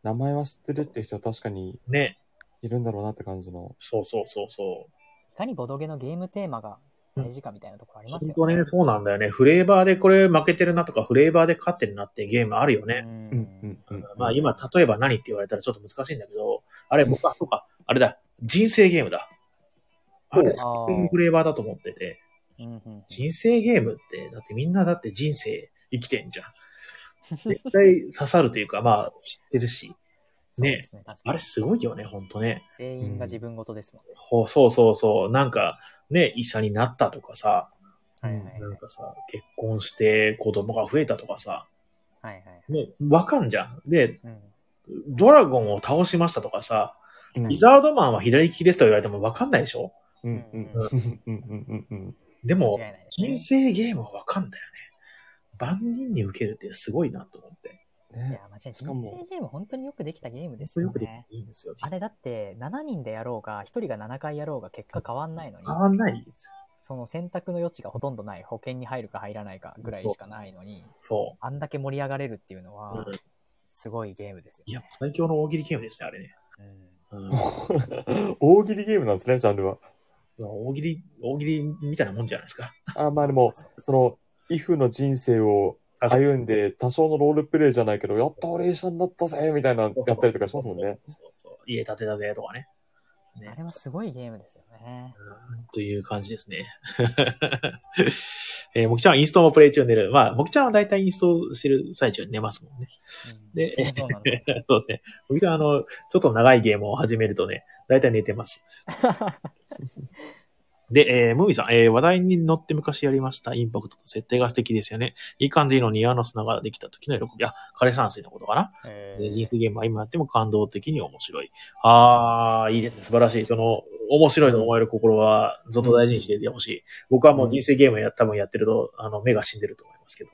[SPEAKER 2] 名前は知ってるって人は確かに
[SPEAKER 1] ね。
[SPEAKER 2] いるんだろうなって感じの。
[SPEAKER 1] そうそうそうそう。
[SPEAKER 3] いかにボドゲのゲームテーマが大事かみたいなところありますよ
[SPEAKER 1] 本
[SPEAKER 3] ね。
[SPEAKER 1] 当ね、そうなんだよね。フレーバーでこれ負けてるなとか、フレーバーで勝ってるなってゲームあるよね。
[SPEAKER 3] う
[SPEAKER 2] うんん、うん、うん。
[SPEAKER 1] まあ今、例えば何って言われたらちょっと難しいんだけど、あれ、僕は、そうか、あれだ、人生ゲームだ。あれ、
[SPEAKER 2] お
[SPEAKER 1] そういうフレーバーだと思ってて、
[SPEAKER 3] うんうん
[SPEAKER 1] 人生ゲームって、だってみんなだって人生生きてんじゃん。 絶対刺さるというか、まあ知ってるし。
[SPEAKER 3] そうで
[SPEAKER 1] ね、
[SPEAKER 3] すね。確か
[SPEAKER 1] あれ
[SPEAKER 3] に。
[SPEAKER 1] すごいよね、ほんとね。
[SPEAKER 3] 全員が自分事ですもんね。
[SPEAKER 1] ほうそうそうそう、なんかね、医者になったとかさ、
[SPEAKER 3] はいはい
[SPEAKER 1] な
[SPEAKER 3] は
[SPEAKER 1] ん
[SPEAKER 3] い
[SPEAKER 1] かさ、結婚して子供が増えたとかさ、
[SPEAKER 3] はいはい。
[SPEAKER 1] ね、わかんじゃん。で、
[SPEAKER 3] うん
[SPEAKER 1] ドラゴンを倒しましたとかさ、
[SPEAKER 2] うん
[SPEAKER 1] リザードマンは左利きですと言われても分かんないでしょ
[SPEAKER 2] うん、うん、うん、うん、うん、うん。
[SPEAKER 1] でも
[SPEAKER 3] 間違いない、ですね
[SPEAKER 1] 人生ゲームは分かんだよね。万人に受けるってすごいなと思って。
[SPEAKER 3] い
[SPEAKER 2] ね
[SPEAKER 3] や、間違いない。
[SPEAKER 2] しかも
[SPEAKER 3] 人生ゲーム本当によくできたゲームです
[SPEAKER 1] よ
[SPEAKER 3] よ
[SPEAKER 1] くでき
[SPEAKER 3] ね。
[SPEAKER 1] いいんですよ。
[SPEAKER 3] あれだって、7人でやろうが、1人が7回やろうが結果変わんないのに
[SPEAKER 1] 変、わんないですよ
[SPEAKER 3] その選択の余地がほとんどない、保険に入るか入らないかぐらいしかないのに、
[SPEAKER 1] そ
[SPEAKER 3] あんだけ盛り上がれるっていうの
[SPEAKER 1] う。う
[SPEAKER 3] は
[SPEAKER 1] ん、
[SPEAKER 3] すごいゲームですよ
[SPEAKER 1] いや
[SPEAKER 3] ね。、
[SPEAKER 1] 最強の大喜利ゲームですね、あれね。
[SPEAKER 3] うん
[SPEAKER 1] うん、
[SPEAKER 2] 大喜利ゲームなんですね、ジャンルは。
[SPEAKER 1] 大喜利、大喜利みたいなもんじゃないですか。
[SPEAKER 2] あ、まあでも、その、イフの人生を歩んで、多少のロールプレイじゃないけど、やった俺医者になったぜみたいな、やったりとかしますもんね。
[SPEAKER 1] そうそう。家建てたぜとかね。ね
[SPEAKER 3] あれはすごいゲームですよね。
[SPEAKER 1] という感じですね。 えー、もきちゃんはインストもプレイ中に寝る。まあ、もきちゃんは大体インストしてる最中に寝ますもんね。
[SPEAKER 3] うん
[SPEAKER 1] で
[SPEAKER 3] そうそうな んだ。
[SPEAKER 1] そうですね。もきちゃんはあの、ちょっと長いゲームを始めるとね、大体寝てます。で、えー、ムービーさん、えー、話題に乗って昔やりましたインパクトと設定が素敵ですよね。いい感じのニアの砂ができた時の喜び。あ、枯山水のことかな。
[SPEAKER 3] え
[SPEAKER 1] で
[SPEAKER 3] ー
[SPEAKER 1] 人生ゲームは今やっても感動的に面白い。ああ、いいですね。素晴らしい。その、面白いと思える心はずっと大事にしていてほしい。僕はもう人生ゲームや、多分やってると、あの、目が死んでると思いますけど。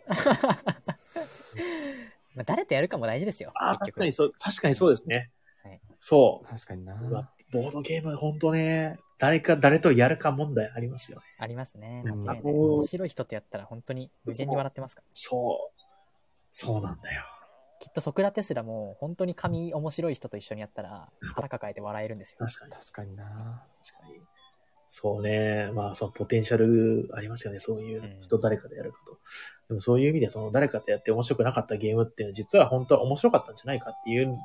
[SPEAKER 3] まあ、誰とやるかも大事ですよ。
[SPEAKER 1] ああ、
[SPEAKER 3] 結
[SPEAKER 1] 確
[SPEAKER 3] 局
[SPEAKER 1] かにそう、確かにそうですね。
[SPEAKER 3] はい
[SPEAKER 1] そ
[SPEAKER 2] 確かに
[SPEAKER 1] う。うわ
[SPEAKER 2] な。
[SPEAKER 1] ボードゲーム、本当ね、誰か、誰とやるか問題ありますよね。
[SPEAKER 3] ありますね。
[SPEAKER 2] うん
[SPEAKER 3] 間違いない。
[SPEAKER 1] あの
[SPEAKER 3] 面白い人とやったら本当に無限に笑ってますから。
[SPEAKER 1] そう。そうなんだよ。
[SPEAKER 3] きっとソクラテスらも本当に髪面白い人と一緒にやったら腹抱えて笑えるんですよ。
[SPEAKER 1] 確かに。
[SPEAKER 2] 確かにな。
[SPEAKER 1] 確かに。そうね。まあ、そのポテンシャルありますよね。そういう人、誰かでやること。でもそういう意味で、その誰かとやって面白くなかったゲームっていうのは、実は本当は面白かったんじゃないかっていう、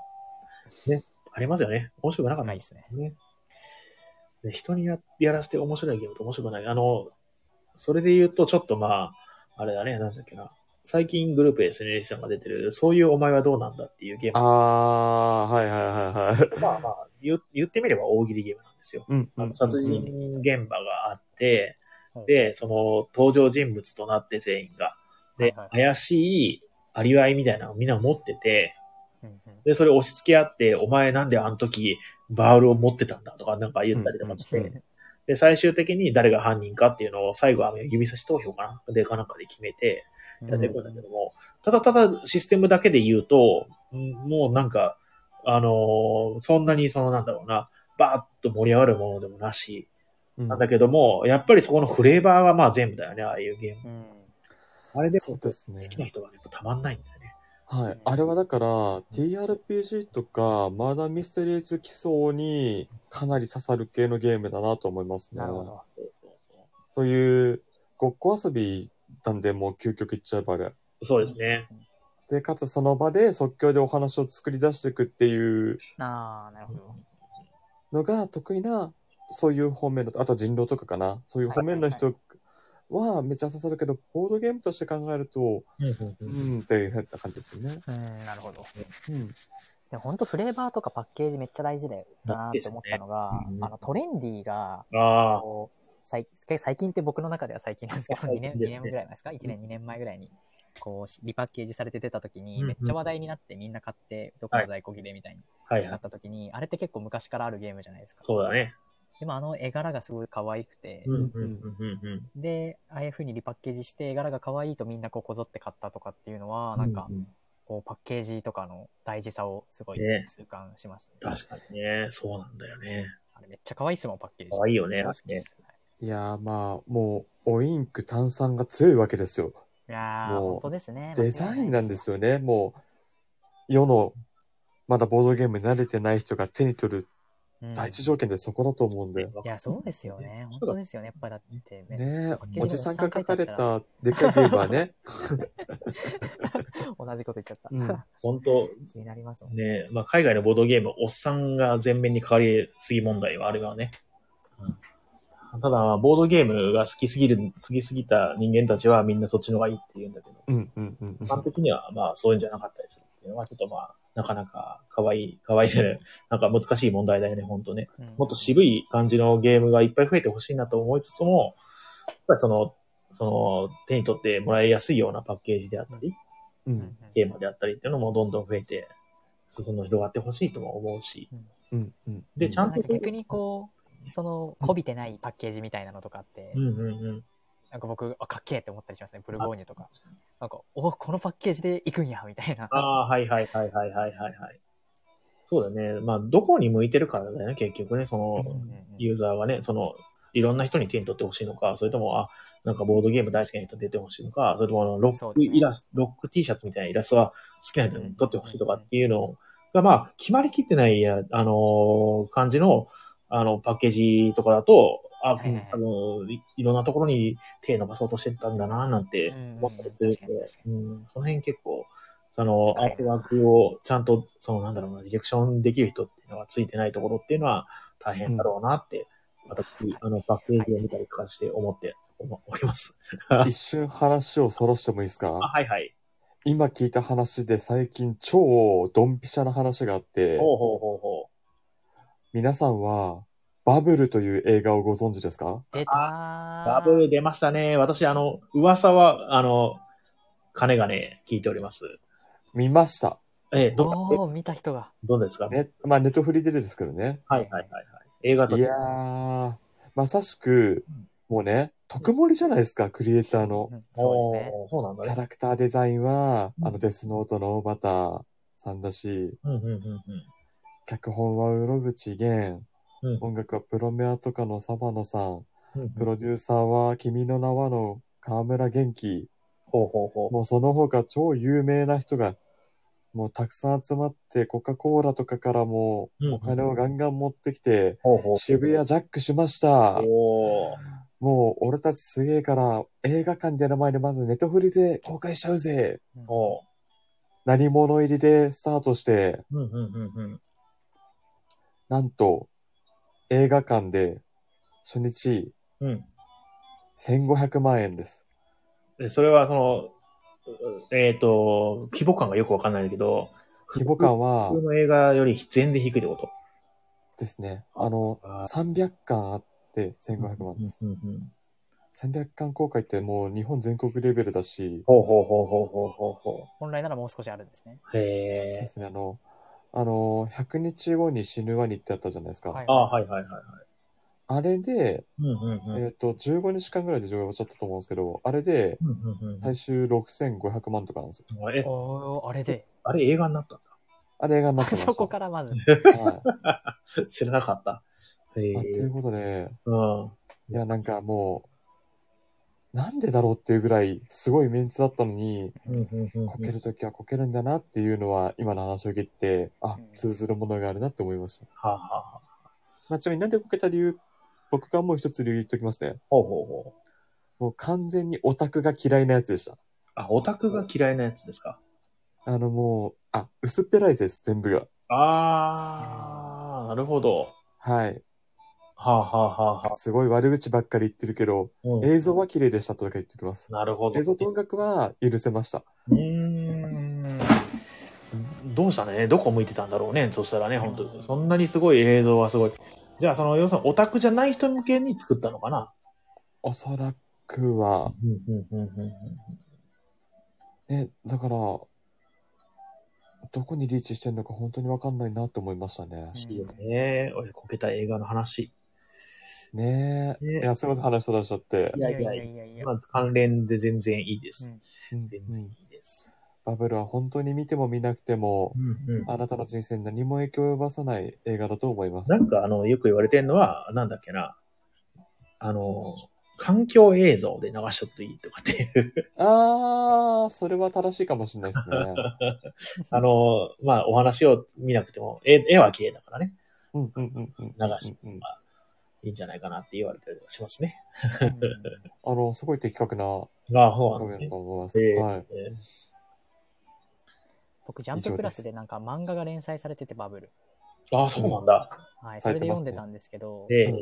[SPEAKER 1] ね、ありますよね。面白くなかった
[SPEAKER 3] 深い
[SPEAKER 1] で
[SPEAKER 3] ですすね。
[SPEAKER 1] ね。で人にややらせて面白いゲームと面白くない。あの、それで言うと、ちょっとまあ、あれだね、なんだっけな。最近グループ SNL さんが出てる、そういうお前はどうなんだっていうゲーム。
[SPEAKER 2] あー、はいはいはいはい。
[SPEAKER 1] まあまあ言う、言ってみれば大喜利ゲームなんですよ。
[SPEAKER 2] うん
[SPEAKER 1] あの殺人現場があって、
[SPEAKER 3] うん
[SPEAKER 1] で、その登場人物となって全員が。で、
[SPEAKER 3] はいはい
[SPEAKER 1] 怪しいありわいみたいなのをみんな持ってて、
[SPEAKER 3] うんうん
[SPEAKER 1] で、それを押し付け合って、お前なんであの時バールを持ってたんだとかなんか言ったりとかして、
[SPEAKER 3] うん
[SPEAKER 1] で、最終的に誰が犯人かっていうのを最後は指差し投票かなでかなんかで決めて、やっていくんだけども、ただただシステムだけで言うと、うんもうなんか、あのーそんなにそのなんだろうな、バーッと盛り上がるものでもなし、
[SPEAKER 2] うん
[SPEAKER 1] なんだけども、やっぱりそこのフレーバーがまあ全部だよね、ああいうゲーム。
[SPEAKER 3] うん
[SPEAKER 1] あれで
[SPEAKER 2] そ
[SPEAKER 1] も
[SPEAKER 2] う
[SPEAKER 1] 好
[SPEAKER 2] ですね。
[SPEAKER 1] きな人がやっぱたまんないんだよね。
[SPEAKER 2] はい。あれはだから、TRPG とか、マーダーミステリーズ基礎にかなり刺さる系のゲームだなと思いますね。
[SPEAKER 3] なるほど。
[SPEAKER 1] そうそうそう。
[SPEAKER 2] そういう、ごっこ遊びなんで、もう究極いっちゃえばあれ。
[SPEAKER 1] そうですね。
[SPEAKER 2] で、かつその場で即興でお話を作り出していくっていう
[SPEAKER 3] ああ、なるほど。
[SPEAKER 2] のが得意な、そういう方面の、あと人狼とかかな。そういう方面の人はめっちゃ刺さるけど、ボードゲームとして考えると、う
[SPEAKER 1] うん
[SPEAKER 2] ん、っていう変な感じですよね。
[SPEAKER 3] うん、なるほど。で
[SPEAKER 2] うん。
[SPEAKER 3] も本当フレーバーとかパッケージめっちゃ大事だよなーって思ったのが、
[SPEAKER 1] ですねうん
[SPEAKER 3] あのトレンディーが、
[SPEAKER 1] ああ、
[SPEAKER 3] こう最近最近って僕の中では最近ですけど、
[SPEAKER 1] 最
[SPEAKER 3] 2
[SPEAKER 1] 近です
[SPEAKER 3] 年
[SPEAKER 1] ね
[SPEAKER 3] ,2 年ぐらい前ですか ?1 年、2年前ぐらいに、こう、リパッケージされて出た時
[SPEAKER 1] うん
[SPEAKER 3] に、
[SPEAKER 1] うん
[SPEAKER 3] めっちゃ話題になってみんな買って、どこの在庫切れみたいに
[SPEAKER 1] はいは
[SPEAKER 3] ないっ。た時に、あれって結構昔からあるゲームじゃないですか。
[SPEAKER 1] そうだね。
[SPEAKER 3] でもあの絵柄がすごい可愛くて、
[SPEAKER 1] うんうんうんうんうん。
[SPEAKER 3] で、ああいう風にリパッケージして絵柄が可愛いとみんなこうこぞって買ったとかっていうのは、なんか
[SPEAKER 1] う、う
[SPEAKER 3] こう、パッケージとかの大事さをすごい
[SPEAKER 1] ね
[SPEAKER 3] 痛感しました、
[SPEAKER 1] 確かにね。そうなんだよね。
[SPEAKER 3] あれめっちゃ可愛いですもん、パッケージ。
[SPEAKER 1] 可愛いよね
[SPEAKER 3] 超好きです
[SPEAKER 2] いやーまあ、もう、オインク炭酸が強いわけですよ。
[SPEAKER 3] いやー、
[SPEAKER 2] もう
[SPEAKER 3] 本当ですね。
[SPEAKER 2] デザインなんです
[SPEAKER 3] よ。
[SPEAKER 2] よね。もう、世の、まだボードゲームに慣れてない人が手に取る
[SPEAKER 3] うん
[SPEAKER 2] 第一条件でそこだと思うんで。
[SPEAKER 3] いや、そうですよね。本
[SPEAKER 1] そうだ
[SPEAKER 3] 当ですよね。やっぱだってね、
[SPEAKER 2] ねえ
[SPEAKER 3] パッケージ、に
[SPEAKER 2] おじさんが書かれたでっかいゲームはね。
[SPEAKER 3] 同じこと言っちゃった。
[SPEAKER 2] うん
[SPEAKER 1] 本当
[SPEAKER 3] 気になりますもんね。
[SPEAKER 1] ねまあ、海外のボードゲーム、おっさんが全面に関わりすぎ問題はあるわね。うん、ただ、ボードゲームが好きすぎる、好きすぎた人間たちはみんなそっちの方がいいって言うんだけど、
[SPEAKER 2] うんうんうんうん
[SPEAKER 1] 一般的にはまあそういうんじゃなかったりするっていうのは、ちょっとまあ、なかなか可愛い、 可愛いじゃない、なんか難しい問題だよね、ほんとね。
[SPEAKER 3] うん
[SPEAKER 1] もっと渋い感じのゲームがいっぱい増えてほしいなと思いつつも、やっぱりその、その、手に取ってもらいやすいようなパッケージであったり、
[SPEAKER 2] う
[SPEAKER 3] うん
[SPEAKER 2] ん
[SPEAKER 1] テーマであったりっていうのもどんどん増えて、その広がってほしいとも思うし、
[SPEAKER 2] うんうん。
[SPEAKER 1] でちゃ
[SPEAKER 3] なんんか逆にこう、その、こびてないパッケージみたいなのとかって、
[SPEAKER 1] うんうんうん。
[SPEAKER 3] なんか僕、あ、かっけえって思ったりしますね。ブルゴーニュとか。なんか、おこのパッケージで行くんや、みたいな。
[SPEAKER 1] ああ、はいはいはいはいはいはいはい。そうだね。まあ、どこに向いてるかだよね、結局ね。その
[SPEAKER 3] うんう、んうん
[SPEAKER 1] ユーザーがね、その、いろんな人に手に取ってほしいのか、それとも、あ、なんかボードゲーム大好きな人に出てほしいのか、それともあのロ
[SPEAKER 3] そ
[SPEAKER 1] ッ
[SPEAKER 3] う
[SPEAKER 1] ク
[SPEAKER 3] ですね
[SPEAKER 1] イラスト、ロック T シャツみたいなイラストが好きな人に撮ってほしいとかっていうのが、まあ、決まりきってないや、あのー感じの、あの、パッケージとかだと、あ、
[SPEAKER 3] はいはい
[SPEAKER 1] あのい、いろんなところに手伸ばそうとしてたんだな、なんて
[SPEAKER 3] うんうん
[SPEAKER 1] 思ったりするけど
[SPEAKER 3] 確かに確か
[SPEAKER 1] うん、その辺結構、その、アートワークをちゃんと、その、なんだろうな、ディレクションできる人っていうのがついてないところっていうのは大変だろうなって、私、あの、パッケージを見たりとかして思って思おります。
[SPEAKER 2] 一瞬話をそらしてもいいですか
[SPEAKER 1] あ、はいはい。
[SPEAKER 2] 今聞いた話で最近超ドンピシャな話があって、
[SPEAKER 1] ほうほうほうほ
[SPEAKER 2] 皆さんはバブルという映画をご存知ですか
[SPEAKER 3] 出た
[SPEAKER 1] う。
[SPEAKER 3] ー
[SPEAKER 1] バブル出ましたね。私、あの、噂は、あの、金がね、聞いております。
[SPEAKER 2] 見ました。
[SPEAKER 1] ええ、ど、
[SPEAKER 3] おお見た人が。
[SPEAKER 1] どうですかね。
[SPEAKER 2] ね、まあネットフリでですけどね。
[SPEAKER 1] はいはいはいはい。映画と
[SPEAKER 2] いやー、まさしく、もうね、特盛りじゃないですか、クリエイターの
[SPEAKER 3] う。んそうですね。
[SPEAKER 1] おーそうなんだ
[SPEAKER 2] キャ
[SPEAKER 1] ね。
[SPEAKER 2] ラクターデザインは、
[SPEAKER 1] うん
[SPEAKER 2] あの、デスノートのバターさんだし、
[SPEAKER 1] うんうんうんうん。
[SPEAKER 2] 脚本は室口
[SPEAKER 1] う
[SPEAKER 2] 源、
[SPEAKER 1] ん
[SPEAKER 2] 音楽はプロメアとかのサバナさん、
[SPEAKER 1] うんうん
[SPEAKER 2] プロデューサーは君の名はの河村元気、
[SPEAKER 1] ほうほうほう。
[SPEAKER 2] もうその他超有名な人が、もうたくさん集まって、コカ・コーラとかからも
[SPEAKER 1] うん
[SPEAKER 2] お金をガンガン持ってきて、
[SPEAKER 1] ほうほう。
[SPEAKER 2] 渋谷ジャックしました。
[SPEAKER 1] おー
[SPEAKER 2] もう俺たちすげえから、映画館出る前にまずネットフリで公開しちゃうぜ。
[SPEAKER 1] おー
[SPEAKER 2] 何者入りでスタートして、
[SPEAKER 1] うんうんうんうん。
[SPEAKER 2] なんと、映画館で初日
[SPEAKER 1] うん
[SPEAKER 2] 1500万円です。
[SPEAKER 1] で。それはその、うえっ、と、規模感がよくわかんないんだけど、
[SPEAKER 2] 規模感は
[SPEAKER 1] 普通の映画より全然低いってこと。
[SPEAKER 2] ですね、あの、
[SPEAKER 1] あ
[SPEAKER 2] 300巻あって1500万です。
[SPEAKER 1] うんうんうん
[SPEAKER 2] 300巻公開ってもう日本全国レベルだし、
[SPEAKER 1] ほうほうほうほうほうほうほ
[SPEAKER 3] 本来ならもう少しあるんですね。
[SPEAKER 1] う。へ
[SPEAKER 2] で
[SPEAKER 1] え。
[SPEAKER 2] すね、あの、あの、100日後に死ぬワニってあったじゃないですか。
[SPEAKER 3] はい
[SPEAKER 1] ああ、はいはいはいはい。
[SPEAKER 2] あれで、
[SPEAKER 1] うんうんうん。
[SPEAKER 2] えっ、と、15日間ぐらいで上映終わっちゃったと思うんですけど、あれで、
[SPEAKER 1] うんうん
[SPEAKER 2] 最終6500万とかなんですよ。
[SPEAKER 1] うん、え
[SPEAKER 3] お、おあれで。
[SPEAKER 1] あれ映画になったん
[SPEAKER 2] あれ映画になってました。
[SPEAKER 3] そこからまず。
[SPEAKER 2] はい
[SPEAKER 1] だ。 知らなかった。へえ
[SPEAKER 2] まあ。ということで、
[SPEAKER 1] うん。
[SPEAKER 2] いや、なんかもう、なんでだろうっていうぐらい、すごいメンツだったのに、
[SPEAKER 1] うんうんうんうん
[SPEAKER 2] こけるときはこけるんだなっていうのは、今の話を聞いて、あ
[SPEAKER 3] うん、
[SPEAKER 2] 通ずるものがあるなって思いました。
[SPEAKER 1] はあ、はあはあ、
[SPEAKER 2] まあ、ちなみになんでこけた理由、僕がもう一つ理由言っときますね。
[SPEAKER 1] ほうほうほう。
[SPEAKER 2] もう完全にオタクが嫌いなやつでした。
[SPEAKER 1] あ、オタクが嫌いなやつですか。
[SPEAKER 2] あのもう、あ、薄っぺらいです、全部が。
[SPEAKER 1] ああ、なるほど。
[SPEAKER 2] はい。
[SPEAKER 1] はあ、はあはあはあ
[SPEAKER 2] すごい悪口ばっかり言ってるけど、
[SPEAKER 1] うん
[SPEAKER 2] 映像は綺麗でしたとだけ言っておきます。
[SPEAKER 1] なるほど。
[SPEAKER 2] 映像と音楽は許せました。
[SPEAKER 1] うーん。どうしたねどこ向いてたんだろうねそしたらね、本当に。そんなにすごい映像はすごい。じゃあ、その、要するにオタクじゃない人向けに作ったのかな
[SPEAKER 2] おそらくは、え、だから、どこにリーチしてるのか本当にわかんないなと思いましたね。
[SPEAKER 1] いいよね。俺、こけた映画の話。
[SPEAKER 2] ねえ。
[SPEAKER 1] ねえ
[SPEAKER 2] いや、すみません、話し出しちゃって
[SPEAKER 1] い。やいやいや
[SPEAKER 3] やいや
[SPEAKER 1] まあ、関連で全然いいで
[SPEAKER 3] う
[SPEAKER 1] す。
[SPEAKER 3] ん
[SPEAKER 2] うん
[SPEAKER 1] 全然
[SPEAKER 2] う
[SPEAKER 1] い
[SPEAKER 2] ん
[SPEAKER 1] いです。
[SPEAKER 2] バブルは本当に見ても見なくても、
[SPEAKER 1] うんうん
[SPEAKER 2] あなたの人生に何も影響を及ばさない映画だと思います。
[SPEAKER 1] なんか、あの、よく言われてるのは、なんだっけな。あの、環境映像で流しとくといいとかっていう。
[SPEAKER 2] あー、それは正しいかもしれないですね。
[SPEAKER 1] あの、まあ、お話を見なくても、絵絵は綺麗だからね。
[SPEAKER 2] うんうんうんうん。
[SPEAKER 1] 流し
[SPEAKER 2] うんうん
[SPEAKER 1] いいんじゃないかなって言われたりはしますね。
[SPEAKER 2] あの、すごい的確な
[SPEAKER 1] ああ、そうなんだ
[SPEAKER 2] 表現だ
[SPEAKER 1] ね
[SPEAKER 2] と。思います。
[SPEAKER 1] ええ
[SPEAKER 2] はい。
[SPEAKER 1] え
[SPEAKER 3] 僕、ジャンププラスでなんか漫画が連載されてて、バブル。
[SPEAKER 1] ーああ、そうなんだ。
[SPEAKER 3] はい、そ
[SPEAKER 2] され
[SPEAKER 3] れ
[SPEAKER 2] て
[SPEAKER 3] で
[SPEAKER 2] ますね
[SPEAKER 3] 読んでたんですけど、
[SPEAKER 1] ええ
[SPEAKER 2] うん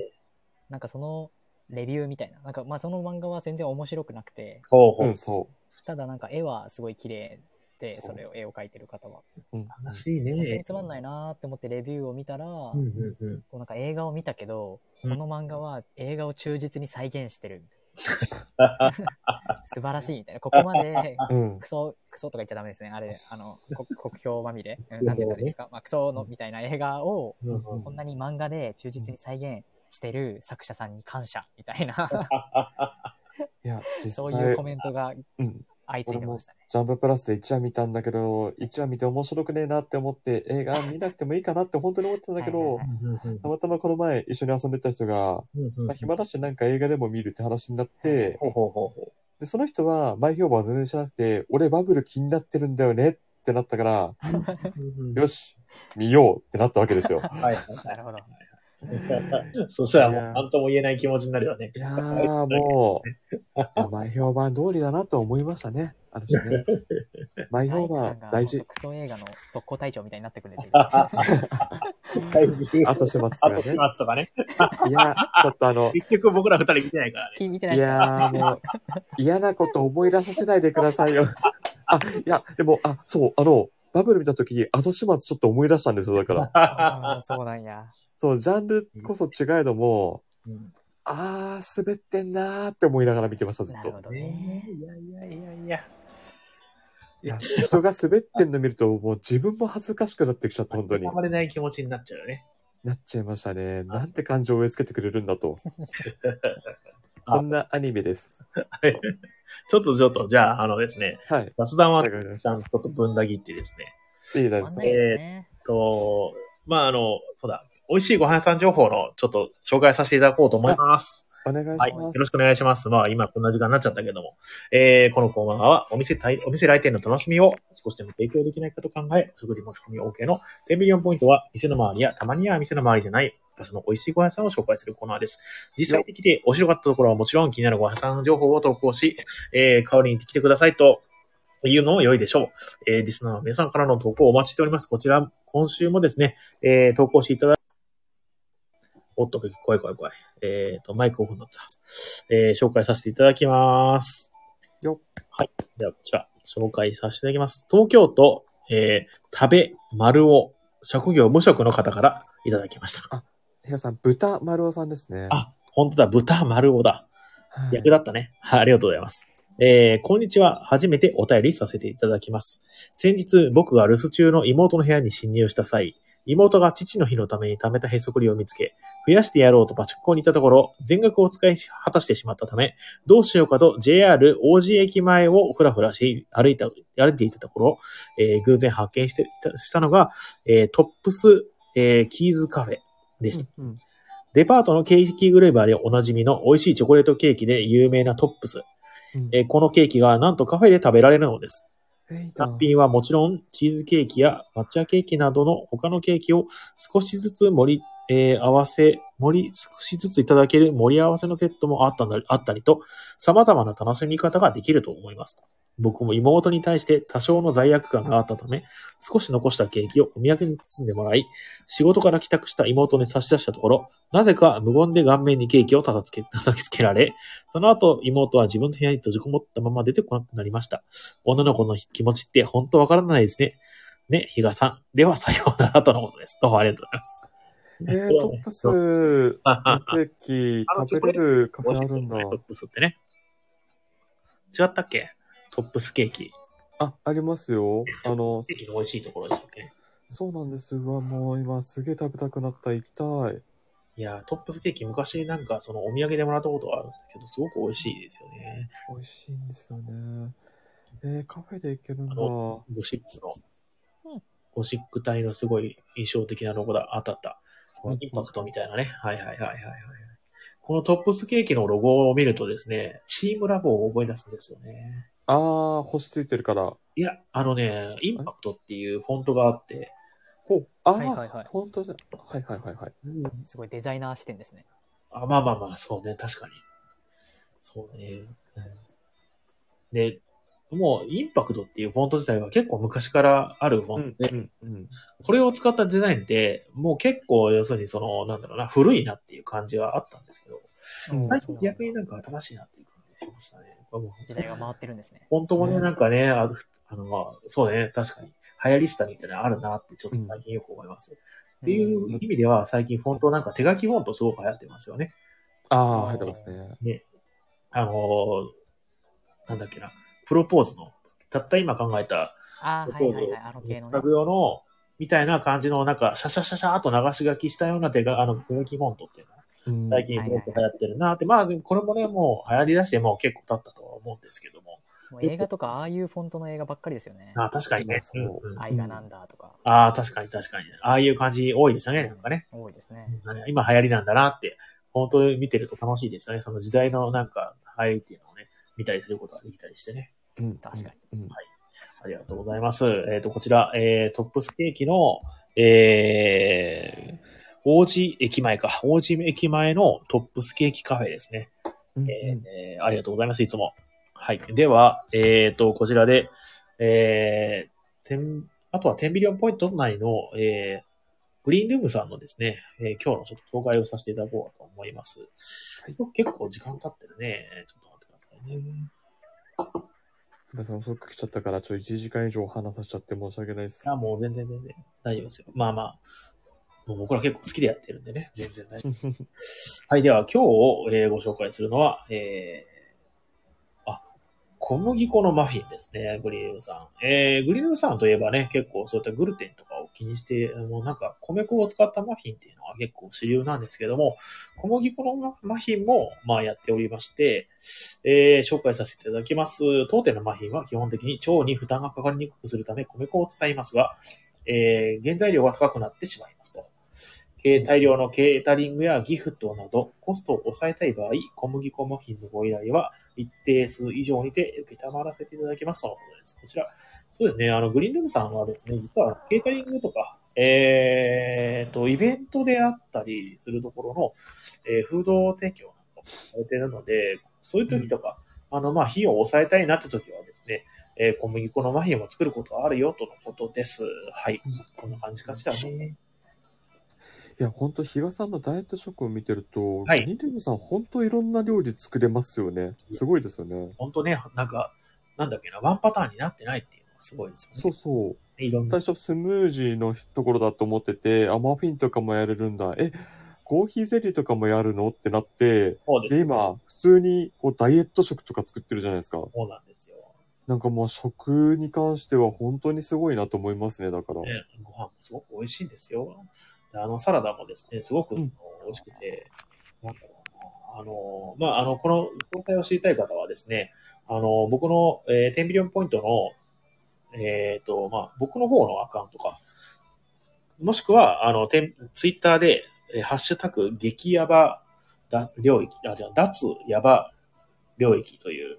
[SPEAKER 3] なんかそのレビューみたいな、なんかまあその漫画は全然面白くなくて、
[SPEAKER 1] ほうほ
[SPEAKER 2] う
[SPEAKER 1] う。
[SPEAKER 2] ん、そ
[SPEAKER 3] ただなんか絵はすごい綺麗で、
[SPEAKER 2] そう
[SPEAKER 3] それを絵を描いてる方は。
[SPEAKER 2] う。うん。
[SPEAKER 1] 悲しい
[SPEAKER 3] 本当に
[SPEAKER 1] ね。
[SPEAKER 3] つまんないなーって思ってレビューを見たら、
[SPEAKER 1] うん
[SPEAKER 3] こ
[SPEAKER 1] うんうん。
[SPEAKER 3] うなんか映画を見たけど、
[SPEAKER 1] う
[SPEAKER 3] こ
[SPEAKER 1] ん
[SPEAKER 3] の漫画は映画を忠実に再現してる。 素晴らしいみたいな。ここまで
[SPEAKER 2] うん
[SPEAKER 3] クソ、クソとか言っちゃダメですね。あれ、あの、こ国評まみれ。うんなんて言ったらいいですか。まあ、クソのみたいな映画を、
[SPEAKER 1] うんうん
[SPEAKER 3] こんなに漫画で忠実に再現してる作者さんに感謝みた いな、
[SPEAKER 2] いや、実際、
[SPEAKER 3] そういうコメントが
[SPEAKER 2] うん、
[SPEAKER 3] 相次いでましたね。
[SPEAKER 2] ジャンププラスで1話見たんだけど、1話見て面白くねえなって思って、映画見なくてもいいかなって本当に思ってたんだけ
[SPEAKER 3] はいはい
[SPEAKER 2] ど
[SPEAKER 3] は、
[SPEAKER 2] たまたまこの前一緒に遊んでた人が、まあ、暇だしなんか映画でも見るって話になって、
[SPEAKER 1] ほうほうほうほ
[SPEAKER 2] で、その人は前評判は全然知らなくて、俺バブル気になってるんだよねってなったか
[SPEAKER 1] う。
[SPEAKER 2] ら、よし、見ようってなったわけですよ。
[SPEAKER 1] はいはいはい
[SPEAKER 3] なるほど。
[SPEAKER 1] そしたらもう、なんとも言えない気持ちになるよね。
[SPEAKER 2] いやー、もう、前評判通りだなと思いましたね。あの人 ね。前評
[SPEAKER 3] 大工さん
[SPEAKER 2] 判
[SPEAKER 3] が
[SPEAKER 2] 大事。
[SPEAKER 3] クソ映画の特攻隊長みたいになってくれてる。
[SPEAKER 1] 体重。
[SPEAKER 2] あと始末と
[SPEAKER 1] あ
[SPEAKER 2] か
[SPEAKER 1] と始末
[SPEAKER 2] ね。
[SPEAKER 1] とかね。
[SPEAKER 2] いや、ちょっとあの、
[SPEAKER 1] 結局僕ら二人見てないからね。
[SPEAKER 3] 気見てない
[SPEAKER 2] い
[SPEAKER 3] ですか
[SPEAKER 2] やーもう、嫌なこと思い出させないでくださいよ。あ、いや、でも、あ、そう、あの、バブル見たとき、後始末ちょっと思い出したんですよ、だから。
[SPEAKER 3] あーそうなんや。
[SPEAKER 2] そう、ジャンルこそ違えども、
[SPEAKER 1] うん
[SPEAKER 2] あー、滑ってんなーって思いながら見てました、ずっ
[SPEAKER 3] なるほ
[SPEAKER 2] と。
[SPEAKER 3] どね。
[SPEAKER 1] いやいやいやいや。
[SPEAKER 2] いや人が滑ってんの見ると、もう自分も恥ずかしくなってきちゃった、本当 に
[SPEAKER 1] た。まれない気持ちになっちゃうよね。
[SPEAKER 2] なっちゃいましたね。なんて感情を植え付けてくれるんだと。そんなアニメです。
[SPEAKER 1] ちょっとちょっと、じゃあ、あのですね、
[SPEAKER 2] はい。
[SPEAKER 1] 雑談は、
[SPEAKER 2] わ
[SPEAKER 1] ち
[SPEAKER 2] かりまし
[SPEAKER 1] ゃんとぶんだぎってですね、
[SPEAKER 2] たいい
[SPEAKER 3] 終
[SPEAKER 2] で
[SPEAKER 3] わん
[SPEAKER 2] す
[SPEAKER 3] な
[SPEAKER 2] ね。
[SPEAKER 3] いですね。
[SPEAKER 1] と、まあ、あの、そうだ、美味しいご飯屋さん情報の、ちょっと紹介させていただこうと思います。
[SPEAKER 2] お願いしま
[SPEAKER 1] は
[SPEAKER 2] す。
[SPEAKER 1] い。よろしくお願いします。まあ、今こんな時間になっちゃったけども。えー、このコーナーは、お店対、お店来店の楽しみを少しでも提供できないかと考え、お食事持ち込み OK の10ビリオンポイントは、店の周りや、たまには店の周りじゃない、場所の美味しいご飯屋さんを紹介するコーナーです。実際的で、お城があったところはもちろん気になるご飯屋さんの情報を投稿し、えー、代わりに来てくださいと、いうのも良いでしょう。えー、リスナーの皆さんからの投稿をお待ちしております。こちら、今週もですね、えー、投稿していただおっと、怖い怖い怖い。えっ、と、マイクオフになった。えー紹介させていただきます。
[SPEAKER 2] よ
[SPEAKER 1] はい。では、こちら、紹介させていただきます。東京都、えー、食べ、丸尾、職業無職の方からいただきました。
[SPEAKER 2] ヘアさん、豚丸尾さんですね。
[SPEAKER 1] あ、本当だ、豚丸尾だ。
[SPEAKER 2] はい、
[SPEAKER 1] 役立ったね。はい、ありがとうございます。えー、こんにちは。初めてお便りさせていただきます。先日、僕が留守中の妹の部屋に侵入した際、妹が父の日のために貯めたへそくりを見つけ、増やしてやろうとパチッコに行ったところ、全額を使い果たしてしまったため、どうしようかと JR 王子駅前をふらふらし歩いた、歩いていたところ、えー偶然発見していたしたのが、えートップス、えーキーズカフェでした。
[SPEAKER 2] うんうん
[SPEAKER 1] デパートのケーキグレーバーでおなじみの美味しいチョコレートケーキで有名なトップス。
[SPEAKER 2] うん
[SPEAKER 1] えーこのケーキがなんとカフェで食べられるのです。
[SPEAKER 2] えーいいな
[SPEAKER 1] 単品はもちろんチーズケーキや抹茶ケーキなどの他のケーキを少しずつ盛り、えー合わせ、盛り、少しずついただける盛り合わせのセットもあったんだあったりと、様々な楽しみ方ができると思います。僕も妹に対して多少の罪悪感があったため、少し残したケーキをお土産に包んでもらい、仕事から帰宅した妹に差し出したところ、なぜか無言で顔面にケーキを叩きつけ 叩きつけられ、その後妹は自分の部屋に閉じこもったまま出てこなくなりました。女の子の気持ちって本当わからないですね。ね、比嘉さん。では、さようならとのことです。どうもありがとうございます。
[SPEAKER 2] えー、トップスの
[SPEAKER 1] あああ
[SPEAKER 2] ケーキ食べれるカフェあるんだ。
[SPEAKER 1] トップスってね。違ったっけトップスケーキ。
[SPEAKER 2] あ、ありますよ。あの、
[SPEAKER 1] ケーキの美味しいところでしたっけね。
[SPEAKER 2] そうなんです。うわ、もう今すげえ食べたくなった。行きたい。
[SPEAKER 1] いやー、トップスケーキ昔なんかそのお土産でもらったことがあるんだけど、すごく美味しいですよね。
[SPEAKER 2] 美味しいんですよね。えー、カフェで行けるんだ
[SPEAKER 1] あ。ゴシック
[SPEAKER 3] う
[SPEAKER 1] の
[SPEAKER 3] ん、
[SPEAKER 1] ゴシック体のすごい印象的なロゴだ。あったあった。この
[SPEAKER 2] うん
[SPEAKER 1] インパクトみたいなね。はいはいはいはいはい。このトップスケーキのロゴを見るとですね、チームラボを思い出すんですよね。
[SPEAKER 2] あー、星ついてるから。
[SPEAKER 1] いや、あのね、インパクトっていうフォントがあって、
[SPEAKER 2] ほう。あー、
[SPEAKER 3] はいはいはい
[SPEAKER 2] 本当だ。はいはいはいはい。
[SPEAKER 3] すごいデザイナー視点ですね。
[SPEAKER 1] あまあまあまあ、そうね、確かに。そうね。うんで、もう、インパクトっていうフォント自体は結構昔からあるフ
[SPEAKER 2] う
[SPEAKER 1] ォン
[SPEAKER 2] ん
[SPEAKER 1] トで、
[SPEAKER 2] うんうん。
[SPEAKER 1] これを使ったデザインって、もう結構、要するにその、なんだろうな、古いなっていう感じがあったんですけど、
[SPEAKER 2] うん
[SPEAKER 1] 最近逆になんか新しいなっていう感じがしましたね。これもう
[SPEAKER 3] 時代が回ってるんです ね。
[SPEAKER 1] フォントもね、
[SPEAKER 2] ね
[SPEAKER 1] なんかね、あの、あのまあ、そうね、確かに、流行りスタみたいなのあるなって、ちょっと最近よく思います。っていう意味では、最近フォントなんか手書きフォントすごく流行ってますよね。
[SPEAKER 2] あー、入ってますね。
[SPEAKER 1] あのーなんだっけな、プロポーズの、たった今考えた、
[SPEAKER 3] ああ、はいはいはい、あの系の
[SPEAKER 1] スタ
[SPEAKER 3] ね。
[SPEAKER 1] グ用の、みたいな感じの、なんか、シャシャシャシャーと流し書きしたような手が、あの、手書きフォントっていうのは
[SPEAKER 2] うん
[SPEAKER 1] 最近すごく流行ってるなって、まあ、これもね、もう流行り出してもう結構経ったとは思うんですけども、
[SPEAKER 3] もう映画とか、ああいうフォントの映画ばっかりですよね。
[SPEAKER 1] あー確かにね。
[SPEAKER 2] そう
[SPEAKER 1] うんうん
[SPEAKER 3] 愛がなんだとか、
[SPEAKER 1] ああ、確かに確かに。ああいう感じ多いですよね、なんかね。
[SPEAKER 3] 多いですね。
[SPEAKER 1] 今流行りなんだなって、本当に見てると楽しいですよね。その時代のなんか流行りっていうのをね、見たりすることができたりしてね。
[SPEAKER 2] うん
[SPEAKER 3] 確か
[SPEAKER 2] に。うん
[SPEAKER 1] ありがとうございます。えっ、と、こちら、えー、トップスケーキの、えー、王子駅前か。王子駅前のトップスケーキカフェですね。
[SPEAKER 2] うん
[SPEAKER 1] え
[SPEAKER 2] う
[SPEAKER 1] ーえーありがとうございます、いつも。はい。では、えっ、と、こちらで、えー、点、あとは10ビリオンポイント内の、えー、グリーンルームさんのですね、えー今日のちょっと紹介をさせていただこうと思います。結構時間経ってるね。ちょっと待ってくださいね。
[SPEAKER 2] すみません、遅く来ちゃったから、ちょ、1時間以上話させちゃって申し訳ないです。
[SPEAKER 1] あ、もう全然全然大丈夫ですよ。まあまあ、もう僕ら結構好きでやってるんでね、全然大丈夫。 はい、では今日、えーご紹介するのは、えーあ、小麦粉のマフィンですね、グリーンルームさん。えー、グリーンルームさんといえばね、結構そういったグルテンとかを気にして、もうなんか米粉を使ったマフィンっていうのが結構主流なんですけども、小麦粉のマフィンも、まあやっておりまして、えー紹介させていただきます。当店のマフィンは基本的に腸に負担がかかりにくくするため米粉を使いますが、えー原材料が高くなってしまいますと。えー大量のケータリングやギフトなど、コストを抑えたい場合、小麦粉マフィンのご依頼は、一定数以上にて受けたまらせていただきますとのことです。こちら、そうですね、あの、グリーンルームさんはですね、実はケータリングとか、えーと、イベントであったりするところの、えー、フード提供なんかもされてるので、そういう時とか、あの、まあ、費用を抑えたいなって時はですね、えー小麦粉のマフィンを作ることはあるよとのことです。はい。こんな感じかしらね。
[SPEAKER 2] いや、ほんと、比嘉さんのダイエット食を見てると、
[SPEAKER 1] はい
[SPEAKER 2] ニトリさん、ほんといろんな料理作れますよね。すごいですよね。
[SPEAKER 1] 本当ね、なんか、なんだっけな、ワンパターンになってないっていうのがすごいですよね。
[SPEAKER 2] そうそう。
[SPEAKER 1] いろんな
[SPEAKER 2] 最。初、スムージーのところだと思ってて、あ、マフィンとかもやれるんだ。え、コーヒーゼリーとかもやるのってなって、
[SPEAKER 1] そうです
[SPEAKER 2] で、
[SPEAKER 1] ね。
[SPEAKER 2] 今、普通に、こう、ダイエット食とか作ってるじゃないですか。
[SPEAKER 1] そうなんですよ。
[SPEAKER 2] なんかもう、食に関しては本当にすごいなと思いますね、だから。
[SPEAKER 1] ね、ご飯もすごく美味しいんですよ。であの、サラダもですね、すごく
[SPEAKER 2] うん
[SPEAKER 1] あの美味しくて、なんだろうなあの、まあ、あの、この詳細を知りたい方はですね、あの、僕の、えー、10ビリオンポイントの、えっ、と、まあ、僕の方のアカウントか、もしくは、あの、テンツイッターで、えーハッシュタグ、激ヤバだ領域、あ、じゃあ脱ヤバ領域という、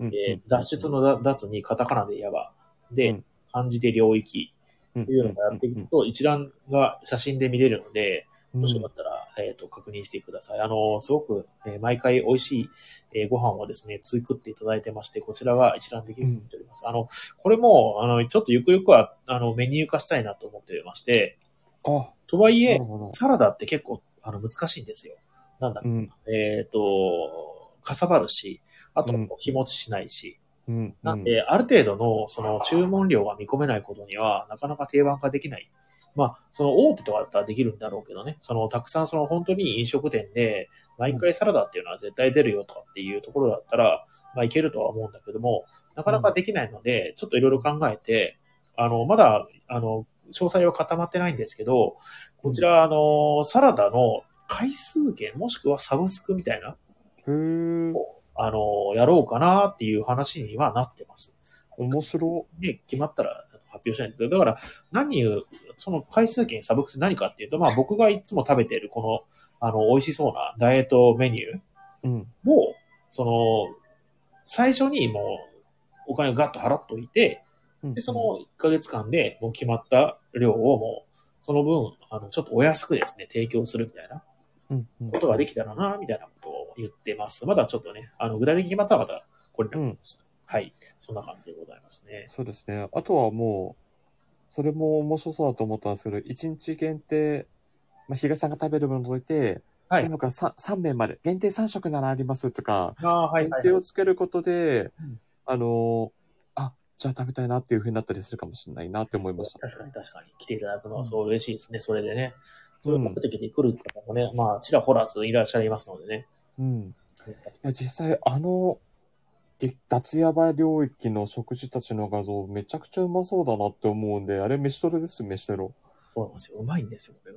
[SPEAKER 2] うん
[SPEAKER 1] えー脱出のだ脱にカタカナでヤバ、で、
[SPEAKER 2] うん
[SPEAKER 1] 漢字で領域、
[SPEAKER 2] うん
[SPEAKER 1] というのがやっていくと、一覧が写真で見れるので、
[SPEAKER 2] うん
[SPEAKER 1] もしよかったら、えっ、と、確認してください。あの、すごく、えー毎回美味しい、えーご飯をですね、作っていただいてまして、こちらが一覧できるようになっております。あの、これも、あの、ちょっとゆくゆくは、あの、メニュー化したいなと思ってまして、
[SPEAKER 2] あ、
[SPEAKER 1] とはい
[SPEAKER 2] な
[SPEAKER 1] え
[SPEAKER 2] る、ほど。
[SPEAKER 1] サラダって結構、あの、難しいんですよ。なんだ
[SPEAKER 2] う、ん、
[SPEAKER 1] えっ、と、かさばるし、あと
[SPEAKER 2] うん、
[SPEAKER 1] 日持ちしないし、
[SPEAKER 2] うん。
[SPEAKER 1] なんで、ある程度の、その、注文量が見込めないことには、なかなか定番化できない。まあ、その、大手とかだったらできるんだろうけどね、その、たくさん、その、本当に飲食店で、毎回サラダっていうのは絶対出るよとかっていうところだったら、まあ、いけるとは思うんだけども、なかなかできないので、ちょっといろいろ考えて、あの、まだ、あの、詳細は固まってないんですけど、こちら、あの、サラダの回数券、もしくはサブスクみたいな、
[SPEAKER 2] へー、
[SPEAKER 1] あの、やろうかなっていう話にはなってます。
[SPEAKER 2] 面白。
[SPEAKER 1] で、決まったら発表しないんですけど、だから何を、その回数券サブスク何かっていうと、まあ僕がいつも食べてるこの、あの、美味しそうなダイエットメニュ
[SPEAKER 2] うん。
[SPEAKER 1] ーを、その、最初にもうお金をガッと払っといて、
[SPEAKER 2] うん
[SPEAKER 1] で、そ、の1ヶ月間でもう決まった量をもう、その分、あの、ちょっとお安くですね、提供するみたいな。
[SPEAKER 2] うんうん
[SPEAKER 1] ことができたらな、みたいなことを言ってます。まだちょっとね、あの、具体的に決まったらまた、これになります、はい。そんな感じでございますね。
[SPEAKER 2] そうですね。あとはもう、それも面白そうだと思ったんですけど、1日限定、まあ、比嘉さんが食べるものを除いて、
[SPEAKER 1] はい
[SPEAKER 2] その他 3, 3名まで、限定3食ならありますとか、
[SPEAKER 1] ああ、は
[SPEAKER 2] 限定をつけることで、
[SPEAKER 1] うん
[SPEAKER 2] あの、あ、じゃあ食べたいなっていうふうになったりするかもしれないなって思いました。
[SPEAKER 1] 確かに確かに。来ていただくのはそう嬉しいですね。それでね。そういう目的で来る方もね、まあ、ちらほらといらっしゃいますのでね。
[SPEAKER 2] うん。いや、実際、あの、で脱ヤバ領域の食事たちの画像、めちゃくちゃうまそうだなって思うんで、あれ、飯トレです、飯トレ。
[SPEAKER 1] そうなんですよ。うまいんですよ、こ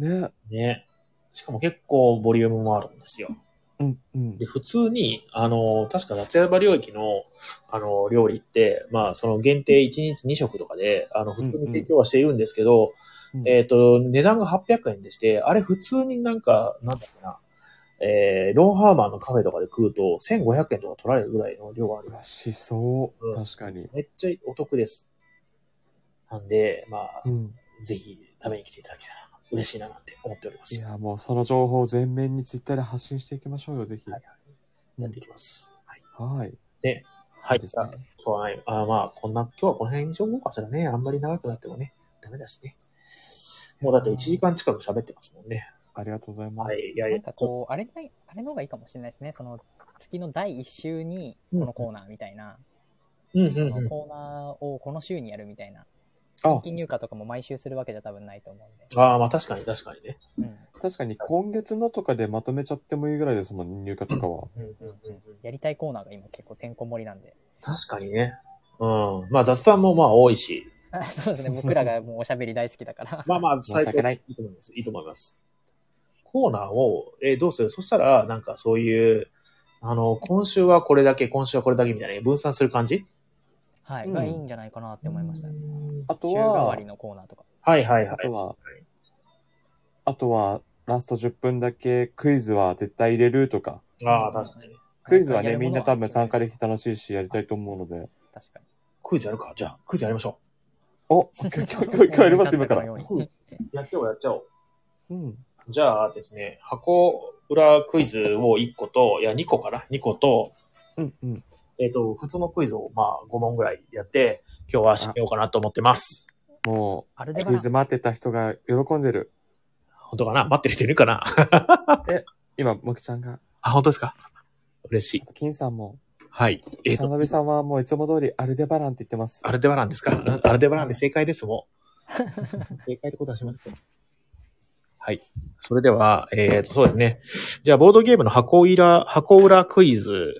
[SPEAKER 1] れが。
[SPEAKER 2] ね。
[SPEAKER 1] ね。しかも結構ボリュームもあるんですよ。
[SPEAKER 2] うん、うん
[SPEAKER 1] で、。普通に、あの、確か夏山領域の、あの、料理って、まあ、その限定1日2食とかで、あの、普通に提供はしているんですけど、
[SPEAKER 2] うん
[SPEAKER 1] えっ、と、値段が800円でして、あれ普通になんか、なんだっけな、えー、ロンハーマンのカフェとかで食うと、1500円とか取られるぐらいの量があり
[SPEAKER 2] う
[SPEAKER 1] ま
[SPEAKER 2] わ
[SPEAKER 1] す。
[SPEAKER 2] しそう。
[SPEAKER 1] うん
[SPEAKER 2] 確かに。
[SPEAKER 1] めっちゃお得です。なんで、まあ
[SPEAKER 2] う、ん。
[SPEAKER 1] ぜひ食べに来ていただきたいなと嬉しいななんて思っておりま
[SPEAKER 2] い
[SPEAKER 1] す。
[SPEAKER 2] や、もうその情報を全面にツイッターで発信していきましょうよ、ぜひ。
[SPEAKER 1] はいやっていきます。はい。
[SPEAKER 2] はい。
[SPEAKER 1] で、はい。
[SPEAKER 2] です
[SPEAKER 1] じゃあ
[SPEAKER 2] ね。
[SPEAKER 1] 今日はね、あーまあ、こんな、今日はこの辺にしとこうかしらね。あんまり長くなってもね、ダメだしね。もうだって1時間近く喋ってますもんね。
[SPEAKER 2] ありがとうございます。
[SPEAKER 1] は。い。いやいや
[SPEAKER 3] なん、かこう、あれない、あれの方がいいかもしれないですね。その、月の第1週に、このコーナーみたいな、
[SPEAKER 1] うんうん
[SPEAKER 3] そ
[SPEAKER 1] うん
[SPEAKER 3] の。コーナーをこの週にやるみたいな、
[SPEAKER 2] あ、
[SPEAKER 3] 金入荷とかも毎週するわけじゃ多分ないと思うんで。
[SPEAKER 1] ああ、まあ確かに確かにね。
[SPEAKER 3] うん。
[SPEAKER 2] 確かに今月のとかでまとめちゃってもいいぐらいですもん、入荷とかは。
[SPEAKER 1] うんうんうんうん、
[SPEAKER 3] やりたいコーナーが今結構てんこ盛りなんで。
[SPEAKER 1] 確かにね。うん。まあ雑談もまあ多いし。
[SPEAKER 3] あそうですね。僕らがもうおしゃべり大好きだから。
[SPEAKER 1] まあまあ
[SPEAKER 2] 申し
[SPEAKER 1] 最
[SPEAKER 2] 訳
[SPEAKER 1] 高
[SPEAKER 2] ない
[SPEAKER 1] いと思います。いいと思います。コーナーを、えーどうするそしたら、なんかそういう、あの、今週はこれだけ、今週はこれだけみたいな分散する感じ
[SPEAKER 3] はい。
[SPEAKER 2] うん
[SPEAKER 3] がいいんじゃないかなって思いました。
[SPEAKER 2] あと
[SPEAKER 3] 週替わ
[SPEAKER 2] は
[SPEAKER 3] り、のコーナーとか。
[SPEAKER 1] はいはいは
[SPEAKER 2] あ
[SPEAKER 1] い
[SPEAKER 2] と。は、あとは、ラスト10分だけクイズは絶対入れるとか。
[SPEAKER 1] ああ、確かにね。
[SPEAKER 2] クイズはね、
[SPEAKER 3] やるも
[SPEAKER 2] みん
[SPEAKER 3] の
[SPEAKER 2] な多分参加
[SPEAKER 3] で。
[SPEAKER 2] できて楽しいし、やりたいと思うので。
[SPEAKER 3] 確かに。
[SPEAKER 1] クイズやるか。じゃあ、クイズやりましょ
[SPEAKER 2] お、今日、今日、今日やります、今 から。
[SPEAKER 1] う。やっちゃおう、やっちゃおう。
[SPEAKER 2] うん。
[SPEAKER 1] じゃあですね、箱裏クイズを1個と、いや、2個かな ?2 個と、
[SPEAKER 2] うん、うん。
[SPEAKER 1] えっ、と、普通のクイズをまあ5問ぐらいやって、今日は締めようかなと思ってます。
[SPEAKER 2] も
[SPEAKER 3] あれ
[SPEAKER 2] う、
[SPEAKER 3] で
[SPEAKER 2] クイズ待ってた人が喜んでる。
[SPEAKER 1] 本当かな待ってる人いるかな
[SPEAKER 2] 今、もきちゃんが。
[SPEAKER 1] あ、本当ですか嬉しい
[SPEAKER 2] あ。と、金さんも。
[SPEAKER 1] はい。えっ、
[SPEAKER 2] サ
[SPEAKER 1] と、
[SPEAKER 2] ナベさんはもういつも通りアルデバランって言ってます。
[SPEAKER 1] アルデバランですかうんアルデバランで正解です、も う。正解ってことはしません。はい。それでは、えっ、と、そうですね。じゃあ、ボードゲームの箱裏、箱裏クイズ。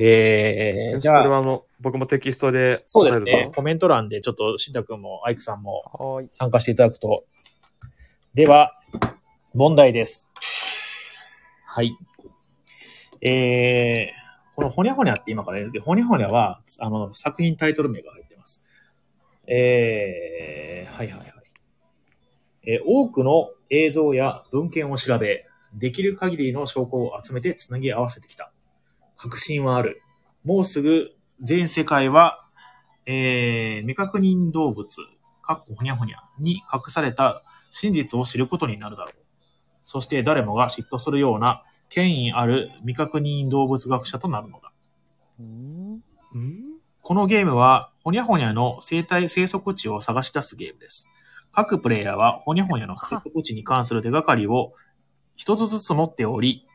[SPEAKER 1] えー、
[SPEAKER 2] よし
[SPEAKER 1] じ
[SPEAKER 2] これ
[SPEAKER 1] ゃあ、
[SPEAKER 2] はあの、僕もテキストで
[SPEAKER 1] そうです
[SPEAKER 2] 答え
[SPEAKER 1] ね
[SPEAKER 2] る。と
[SPEAKER 1] コメント欄でちょっと、しんたくんも、アイクさんも
[SPEAKER 3] はーい。
[SPEAKER 1] 参加していただくと。では、問題です。はい。えー、このほにゃほにゃって今から言うんですけど、ほにゃほにゃは、あの、作品タイトル名が入ってます。えー、はいはいはい。えー多くの映像や文献を調べ、できる限りの証拠を集めてつなぎ合わせてきた。確信はある。もうすぐ全世界は、えー、未確認動物、かっこほにゃほにゃに隠された真実を知ることになるだろう。そして誰もが嫉妬するような権威ある未確認動物学者となるのだ。
[SPEAKER 3] うん
[SPEAKER 2] うん
[SPEAKER 1] このゲームは、ほにゃほにゃの生態生息地を探し出すゲームです。各プレイヤーは、ほにゃほにゃの生息地に関する手がかりを一つずつ持っており、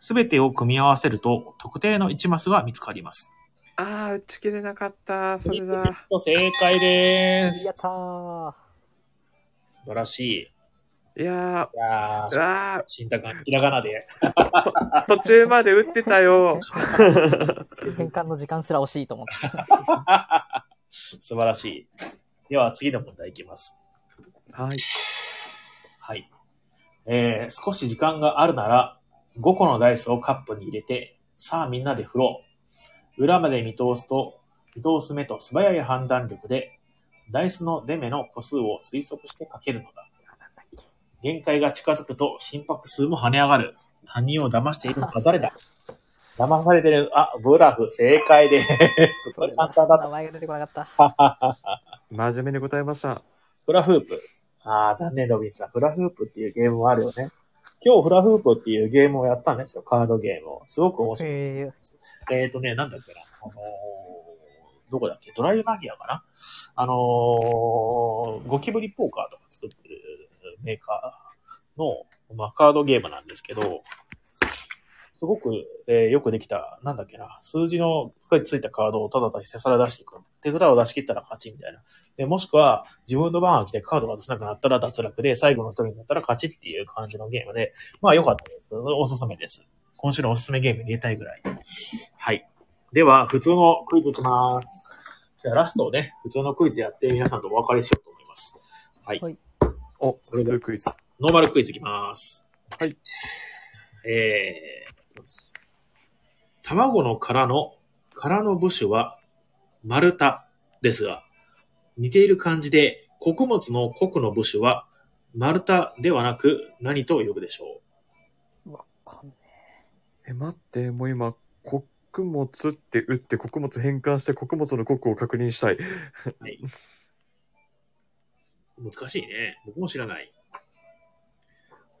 [SPEAKER 1] すべてを組み合わせると、特定の1マスが見つかります。
[SPEAKER 2] ああ、打ち切れなかった。それ
[SPEAKER 1] えっ
[SPEAKER 2] だ。
[SPEAKER 1] と正解です
[SPEAKER 3] や。ったー。
[SPEAKER 1] 素晴らしい。い
[SPEAKER 2] いや
[SPEAKER 1] や
[SPEAKER 2] ー、
[SPEAKER 1] ー、
[SPEAKER 2] あ
[SPEAKER 1] 新高ひらがなで。
[SPEAKER 2] ー途中まで打って たよ。
[SPEAKER 3] 戦艦の時間すら惜しいと思って。
[SPEAKER 1] 素晴らしい。では次の問題いきます。
[SPEAKER 2] はい。
[SPEAKER 1] はい。えー、少し時間があるなら、5個のダイスをカップに入れて、さあみんなで振ろう。裏まで見通すと、見通す目と素早い判断力で、ダイスの出目の個数を推測してかけるのだ。限界が近づくと心拍数も跳ね上がる。他人を騙しているのは誰だ騙されてる、あ、ブラフ、正解です。これ簡単だった
[SPEAKER 3] 名前が出てこなかっ
[SPEAKER 2] 真面目に答えました。
[SPEAKER 1] フラフープ。ああ、残念、ロビンさん。フラフープっていうゲームもあるよね。今日フラフープっていうゲームをやったんですよ。カードゲームを。すごく面
[SPEAKER 3] た。
[SPEAKER 1] 白い。
[SPEAKER 3] へえ。
[SPEAKER 1] えっ、とね、なんだっけな。あのーどこだっけドライバギアかなあのーゴキブリポーカーとか作ってるメーカーの、まあ、カードゲームなんですけど、すごく、えーよくできた、なんだっけな、数字のついたカードをただただひたすら出していく。手札を出し切ったら勝ちみたいな。で、もしくは、自分の番が来てカードが出せなくなったら脱落で、最後の一人になったら勝ちっていう感じのゲームで、まあ良かったです。おすすめです。今週のおすすめゲームに入れたいぐらい。はい。では、普通のクイズいきます。じゃあ、ラストをね、普通のクイズやって皆さんとお別れしようと思います。はい。
[SPEAKER 3] はい
[SPEAKER 2] お、
[SPEAKER 1] それ
[SPEAKER 2] 普
[SPEAKER 1] で
[SPEAKER 2] 通クイズ。
[SPEAKER 1] ノーマルクイズいきます。
[SPEAKER 2] はい。
[SPEAKER 1] えー、まず卵の殻の、殻の部首は、丸太ですが、似ている漢字で、穀物の穀の部首は、丸太ではなく、何と呼ぶでしょ
[SPEAKER 3] わかんね
[SPEAKER 2] え、待って、もう今、穀物って打って、穀物変換して、穀物の穀を確認したい。
[SPEAKER 1] う難しいね。僕も知らない。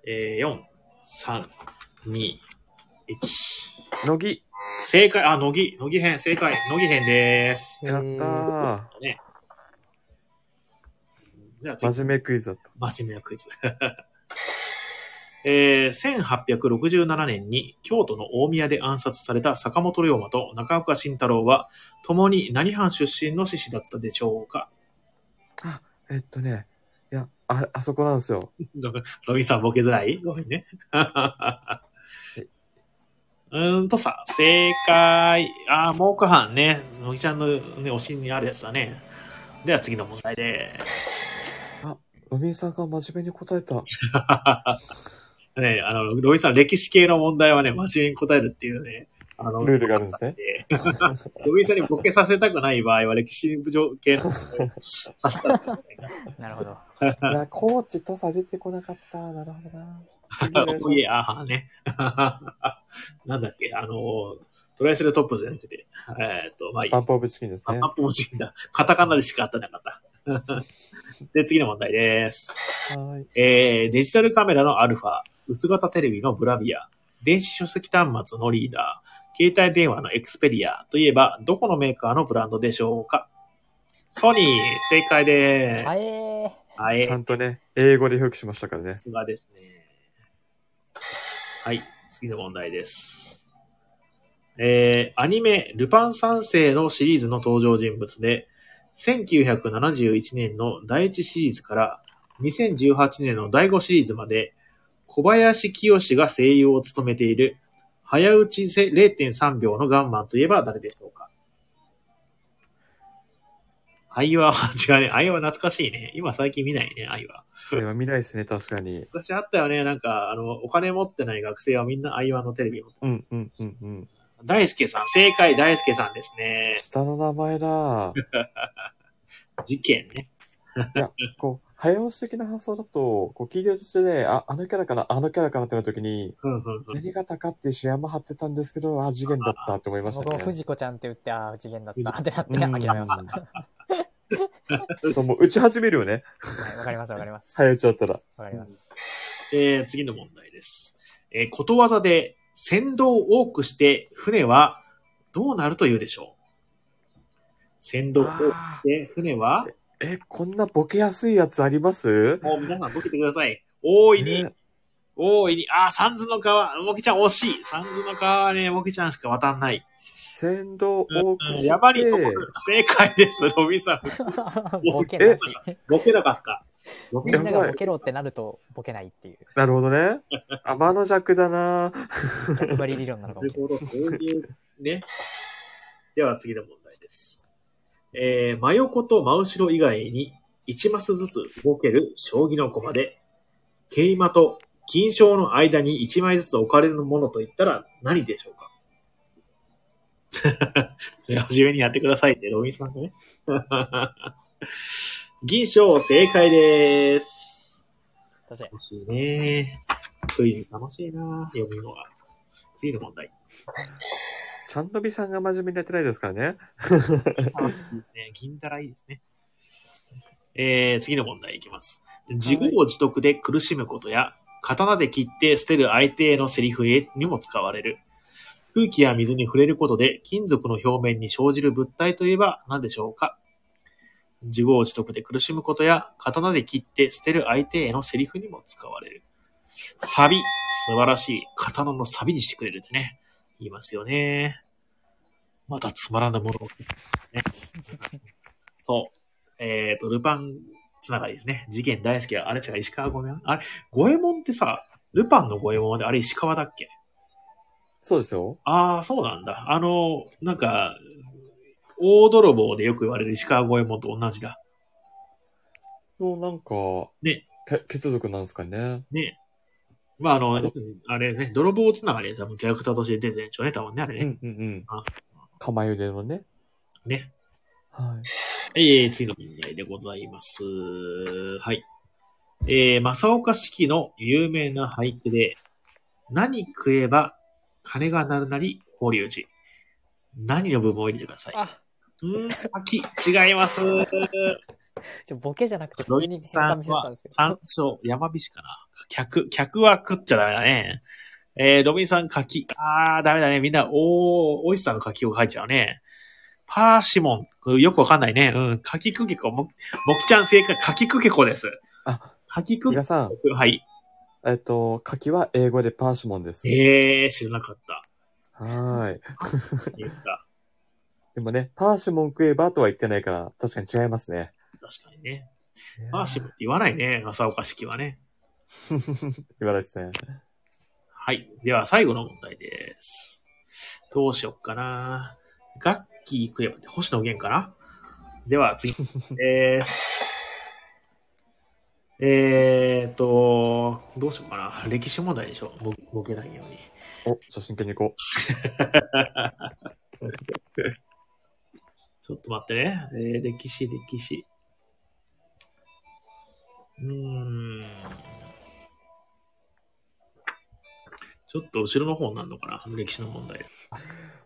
[SPEAKER 1] えー、4、3、2、1。
[SPEAKER 2] 乃木。
[SPEAKER 1] 正解、あ、乃木、乃木編、正解、乃木編です。
[SPEAKER 2] やったー。
[SPEAKER 1] じゃあ次、
[SPEAKER 2] 真面目クイズだった。
[SPEAKER 1] 真面目なクイズ。 えー、1867年に京都の大宮で暗殺された坂本龍馬と中岡慎太郎は、共に何藩出身の志士だったでしょうか
[SPEAKER 2] えっとね、いや、あ、あそこなんですよ。
[SPEAKER 1] ロビンさんボケづらいごめんね。 うーんとさ、正解。ああ、モークハンね。乃木ちゃんの、ね、推しにあるやつだね。では次の問題です。
[SPEAKER 2] ロビンさんが真面目に答えた。
[SPEAKER 1] ね、あの、ロビンさん歴史系の問題はね、真面目に答えるっていうね。あの、
[SPEAKER 2] ルールがあるんですね。
[SPEAKER 1] ロビンさんにボケさせたくない場合は歴史上系の問題をさせた らいいんじゃないかな
[SPEAKER 3] なるほど。
[SPEAKER 2] いや、コーチとさ出てこなかった。なるほどな。
[SPEAKER 1] おいえ、ああね。 なんだっけ、あの、トライセルトップじゃなくて、えーっと、まあいい
[SPEAKER 2] バ。ンプオブチキンです
[SPEAKER 1] あ、
[SPEAKER 2] ね
[SPEAKER 1] パ。ップ欲しいんだ。 カタカナでしかあったなかった。 で、次の問題です。
[SPEAKER 2] はい。
[SPEAKER 1] えー、デジタルカメラのアルファ、薄型テレビのブラビア、電子書籍端末のリーダー、携帯電話のエクスペリアといえば、どこのメーカーのブランドでしょうかソニー、正解で
[SPEAKER 3] あえー。
[SPEAKER 1] す。はい
[SPEAKER 2] ちゃんとね、英語で表記しましたからね
[SPEAKER 1] さ。すがですね。はい、次の問題です。えー、アニメ、ルパン三世のシリーズの登場人物で、1971年の第1シリーズから2018年の第5シリーズまで、小林清が声優を務めている、早打ちせ0.3秒のガンマンといえば誰でしょうか愛は、 違うね。愛は懐かしいね。今最近見ないね、愛は。
[SPEAKER 2] それは見ないですね、確かに。
[SPEAKER 1] 昔あったよね。なんか、あの、お金持ってない学生はみんな i ワのテレビ持って
[SPEAKER 2] うん、うん、うん、うん。
[SPEAKER 1] 大輔さん、正解大輔さんですね。
[SPEAKER 2] 下の名前だ。
[SPEAKER 1] 事件ね。
[SPEAKER 2] いや、こう、早押し的な発想だと、こう、企業としてね、あ、あのキャラかな、あのキャラかなってなった時に、
[SPEAKER 1] うんうんうん。
[SPEAKER 2] 銭形かっていうシヤマ張ってたんですけど、あ、次元だったって思いました
[SPEAKER 3] 僕も
[SPEAKER 2] ね。
[SPEAKER 3] 藤子ちゃんって言って、ああ、次元だったってなって、
[SPEAKER 2] うん
[SPEAKER 3] 諦めました。
[SPEAKER 2] そうもう打ち始めるよね。
[SPEAKER 3] はい、わかります、わかります。
[SPEAKER 2] 早打ちだったら。
[SPEAKER 3] わかります。
[SPEAKER 1] えー次の問題です。えーことわざで、船頭を多くして船はどうなるというでしょう船頭を多くして船は
[SPEAKER 2] え、こんなボケやすいやつあります
[SPEAKER 1] もう皆さんボケてください。大いに、
[SPEAKER 2] ね
[SPEAKER 1] 大いに、あー、サンズの川、モキちゃん惜しい。サンズの川はね、モキちゃんしか渡んない。
[SPEAKER 2] 先導多くして、
[SPEAKER 1] やばりところ、正解です、ロビンさん。
[SPEAKER 3] ボケなし。
[SPEAKER 1] ボケなかった。
[SPEAKER 3] みんながボケろってなると、ボケないっていう。
[SPEAKER 2] なるほどね。天の弱だな
[SPEAKER 3] 逆張り理論なのか
[SPEAKER 1] な
[SPEAKER 3] も
[SPEAKER 1] る
[SPEAKER 3] しれない。
[SPEAKER 1] ほど、こういう、ね。では次の問題です。えー、真横と真後ろ以外に1マスずつ動ける将棋の駒で、桂馬と金将の間に1枚ずつ置かれるものといったら何でしょうか 真面目にやってくださいって、ロビンさんがね。 銀賞正解です。
[SPEAKER 3] だぜ
[SPEAKER 1] 楽しいね。クイズ楽しいな。読むのは。次の問題。
[SPEAKER 2] ちゃんのびさんが真面目にやってないですからね。
[SPEAKER 1] いいですね。銀だらいいですね。えー、次の問題いきます。自業自得で苦しむことや、刀で切って捨てる相手へのセリフにも使われる。空気や水に触れることで金属の表面に生じる物体といえば何でしょうか自業自得で苦しむことや、刀で切って捨てる相手へのセリフにも使われる。サビ。素晴らしい。刀のサビにしてくれるってね。言いますよね。またつまらぬものをそう。えっ、と、ルパンつながりですね。事件大好き。あれ違う、石川五右衛門あれ、五右衛門ってさ、ルパンの五右衛門で、あれ石川だっけ
[SPEAKER 2] そうですよ。
[SPEAKER 1] ああ、そうなんだ。あの、なんか、大泥棒でよく言われる石川五右衛門と同じだ。
[SPEAKER 2] もうなんか、
[SPEAKER 1] ね
[SPEAKER 2] け血族なんですかね。
[SPEAKER 1] ねまあ、あの、あれね、泥棒つながりで多分キャラクターとして出てるんでしょうね、多分ね、あれ
[SPEAKER 2] う
[SPEAKER 1] ね。
[SPEAKER 2] んうんうん
[SPEAKER 1] あ。
[SPEAKER 2] 釜茹でのね。
[SPEAKER 1] ね。
[SPEAKER 2] はい。
[SPEAKER 1] えー、次の問題でございます。はい。えー、正岡子規の有名な俳句で、何食えば金が鳴るなり法隆寺。何の部分を入れてください。
[SPEAKER 3] あ、
[SPEAKER 1] うーん、秋、違います。
[SPEAKER 3] ちょボケじゃなくて
[SPEAKER 1] ド
[SPEAKER 3] 普通
[SPEAKER 1] イ
[SPEAKER 3] に
[SPEAKER 1] ツさん
[SPEAKER 3] 見せたん
[SPEAKER 1] は
[SPEAKER 3] ですけ
[SPEAKER 1] 山椒、山菱かな。客、客は食っちゃダメだね。えー、ロビンさん柿。あー、ダメだね。みんな、おー、おいしさの柿を書いちゃうね。パーシモン。これよくわかんないね。うん。柿クケコ。も、もきちゃん正解。柿クケコです。
[SPEAKER 2] あ、
[SPEAKER 1] 柿ク
[SPEAKER 2] 伊
[SPEAKER 1] ケ
[SPEAKER 2] 賀さん、
[SPEAKER 1] コ。はい。
[SPEAKER 2] えっと、柿は英語でパーシモンです。
[SPEAKER 1] えー、知らなかった。
[SPEAKER 2] はーい。
[SPEAKER 1] 言った。
[SPEAKER 2] でもね、パーシモン食えばとは言ってないから、確かに違いますね。
[SPEAKER 1] 確かにね。パーシモンって言わないね。正岡式はね。
[SPEAKER 2] 言わないですね。
[SPEAKER 1] はい。では、最後の問題です。どうしよっかな。楽器食えばって星野源かなでは、次です。 えーっと、どうしようかな。歴史問題でしょ。ぼボケないように。
[SPEAKER 2] お、写真系に行こ
[SPEAKER 1] ちょっと待ってね。えー、歴史、歴史。うーん。ちょっと後ろの方になるのかな歴史の問題。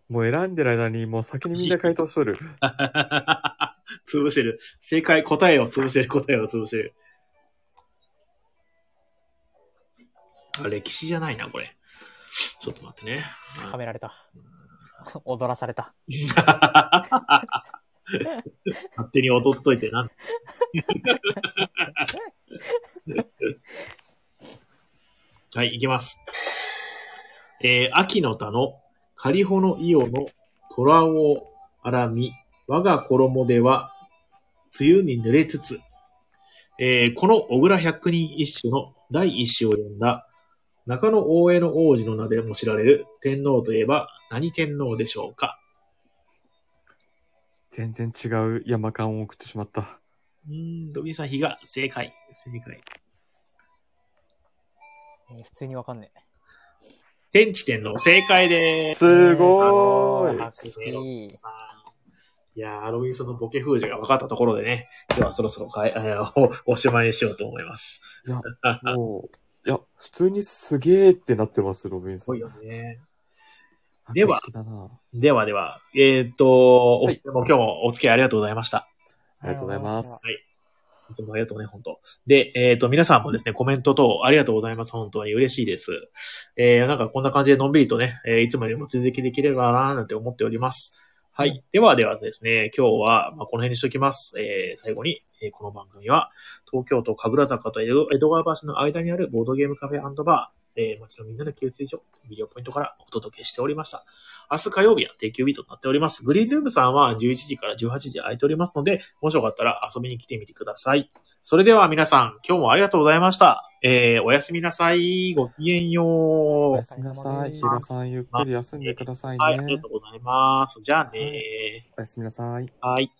[SPEAKER 2] う。もう選んでる間に、もう先にみんな回答しとる。
[SPEAKER 1] 潰してる。正解、答えを潰してる、答えを潰してる。あ歴史じゃないな、これ。ちょっと待ってね。
[SPEAKER 3] ど、はめられた。 踊らされた。
[SPEAKER 1] 勝手に踊っといてな。はい、いきます。えー、秋の田のカリホの伊予の虎を荒み、我が衣では、梅雨に濡れつつ、えー、この小倉百人一首の第一首を読んだ、中野大江の王子の名でも知られる天皇といえば何天皇でしょうか
[SPEAKER 2] 全然違う山間を送ってしまった。
[SPEAKER 1] うーん、ロビンさん、日が正解。正解。
[SPEAKER 3] えー普通にわかんねえ。
[SPEAKER 1] 天地天皇、正解です。
[SPEAKER 2] すごーい。
[SPEAKER 3] 白色
[SPEAKER 1] いやー、ロビンさんのボケ封じが分かったところでね、今日はそろそろかい、えーお、おしまいにしようと思います。
[SPEAKER 2] いや、もう、いや、普通にすげーってなってます、ロビン
[SPEAKER 1] す
[SPEAKER 2] さ
[SPEAKER 1] ご
[SPEAKER 2] ん
[SPEAKER 1] い。よね。では
[SPEAKER 2] 白色だな
[SPEAKER 1] ではでは、えーっと、お
[SPEAKER 2] は
[SPEAKER 1] 二
[SPEAKER 2] い
[SPEAKER 1] 人も今日もお付き合いありがとうございました。
[SPEAKER 2] ありがとうございます。
[SPEAKER 1] いつもありがとうね、本当。で、えっ、と、皆さんもですね、コメント等ありがとうございます。本当に嬉しいです。えー、なんかこんな感じでのんびりとね、えーいつまでも続きできればなーなんて思っております。はい。ではではですね、今日は、まあ、この辺にしときます。えー、最後に、えーこの番組は、東京都神楽坂と江戸江戸川橋の間にあるボードゲームカフェバー、えー、街のみんなの給水所、ビデオポイントからお届けしておりました。明日火曜日は定休日となっております。グリーンルームさんは11時から18時空いておりますので、もしよかったら遊びに来てみてください。それでは皆さん、今日もありがとうございました。えー、おやすみなさい。ごきげんよう。
[SPEAKER 2] お
[SPEAKER 1] は
[SPEAKER 2] やすみなさい。ヒロさん、ゆっくり休んでください
[SPEAKER 1] い、あり
[SPEAKER 2] ね
[SPEAKER 1] が。とうございます。じゃあね
[SPEAKER 2] おやすみなさい。
[SPEAKER 1] はい。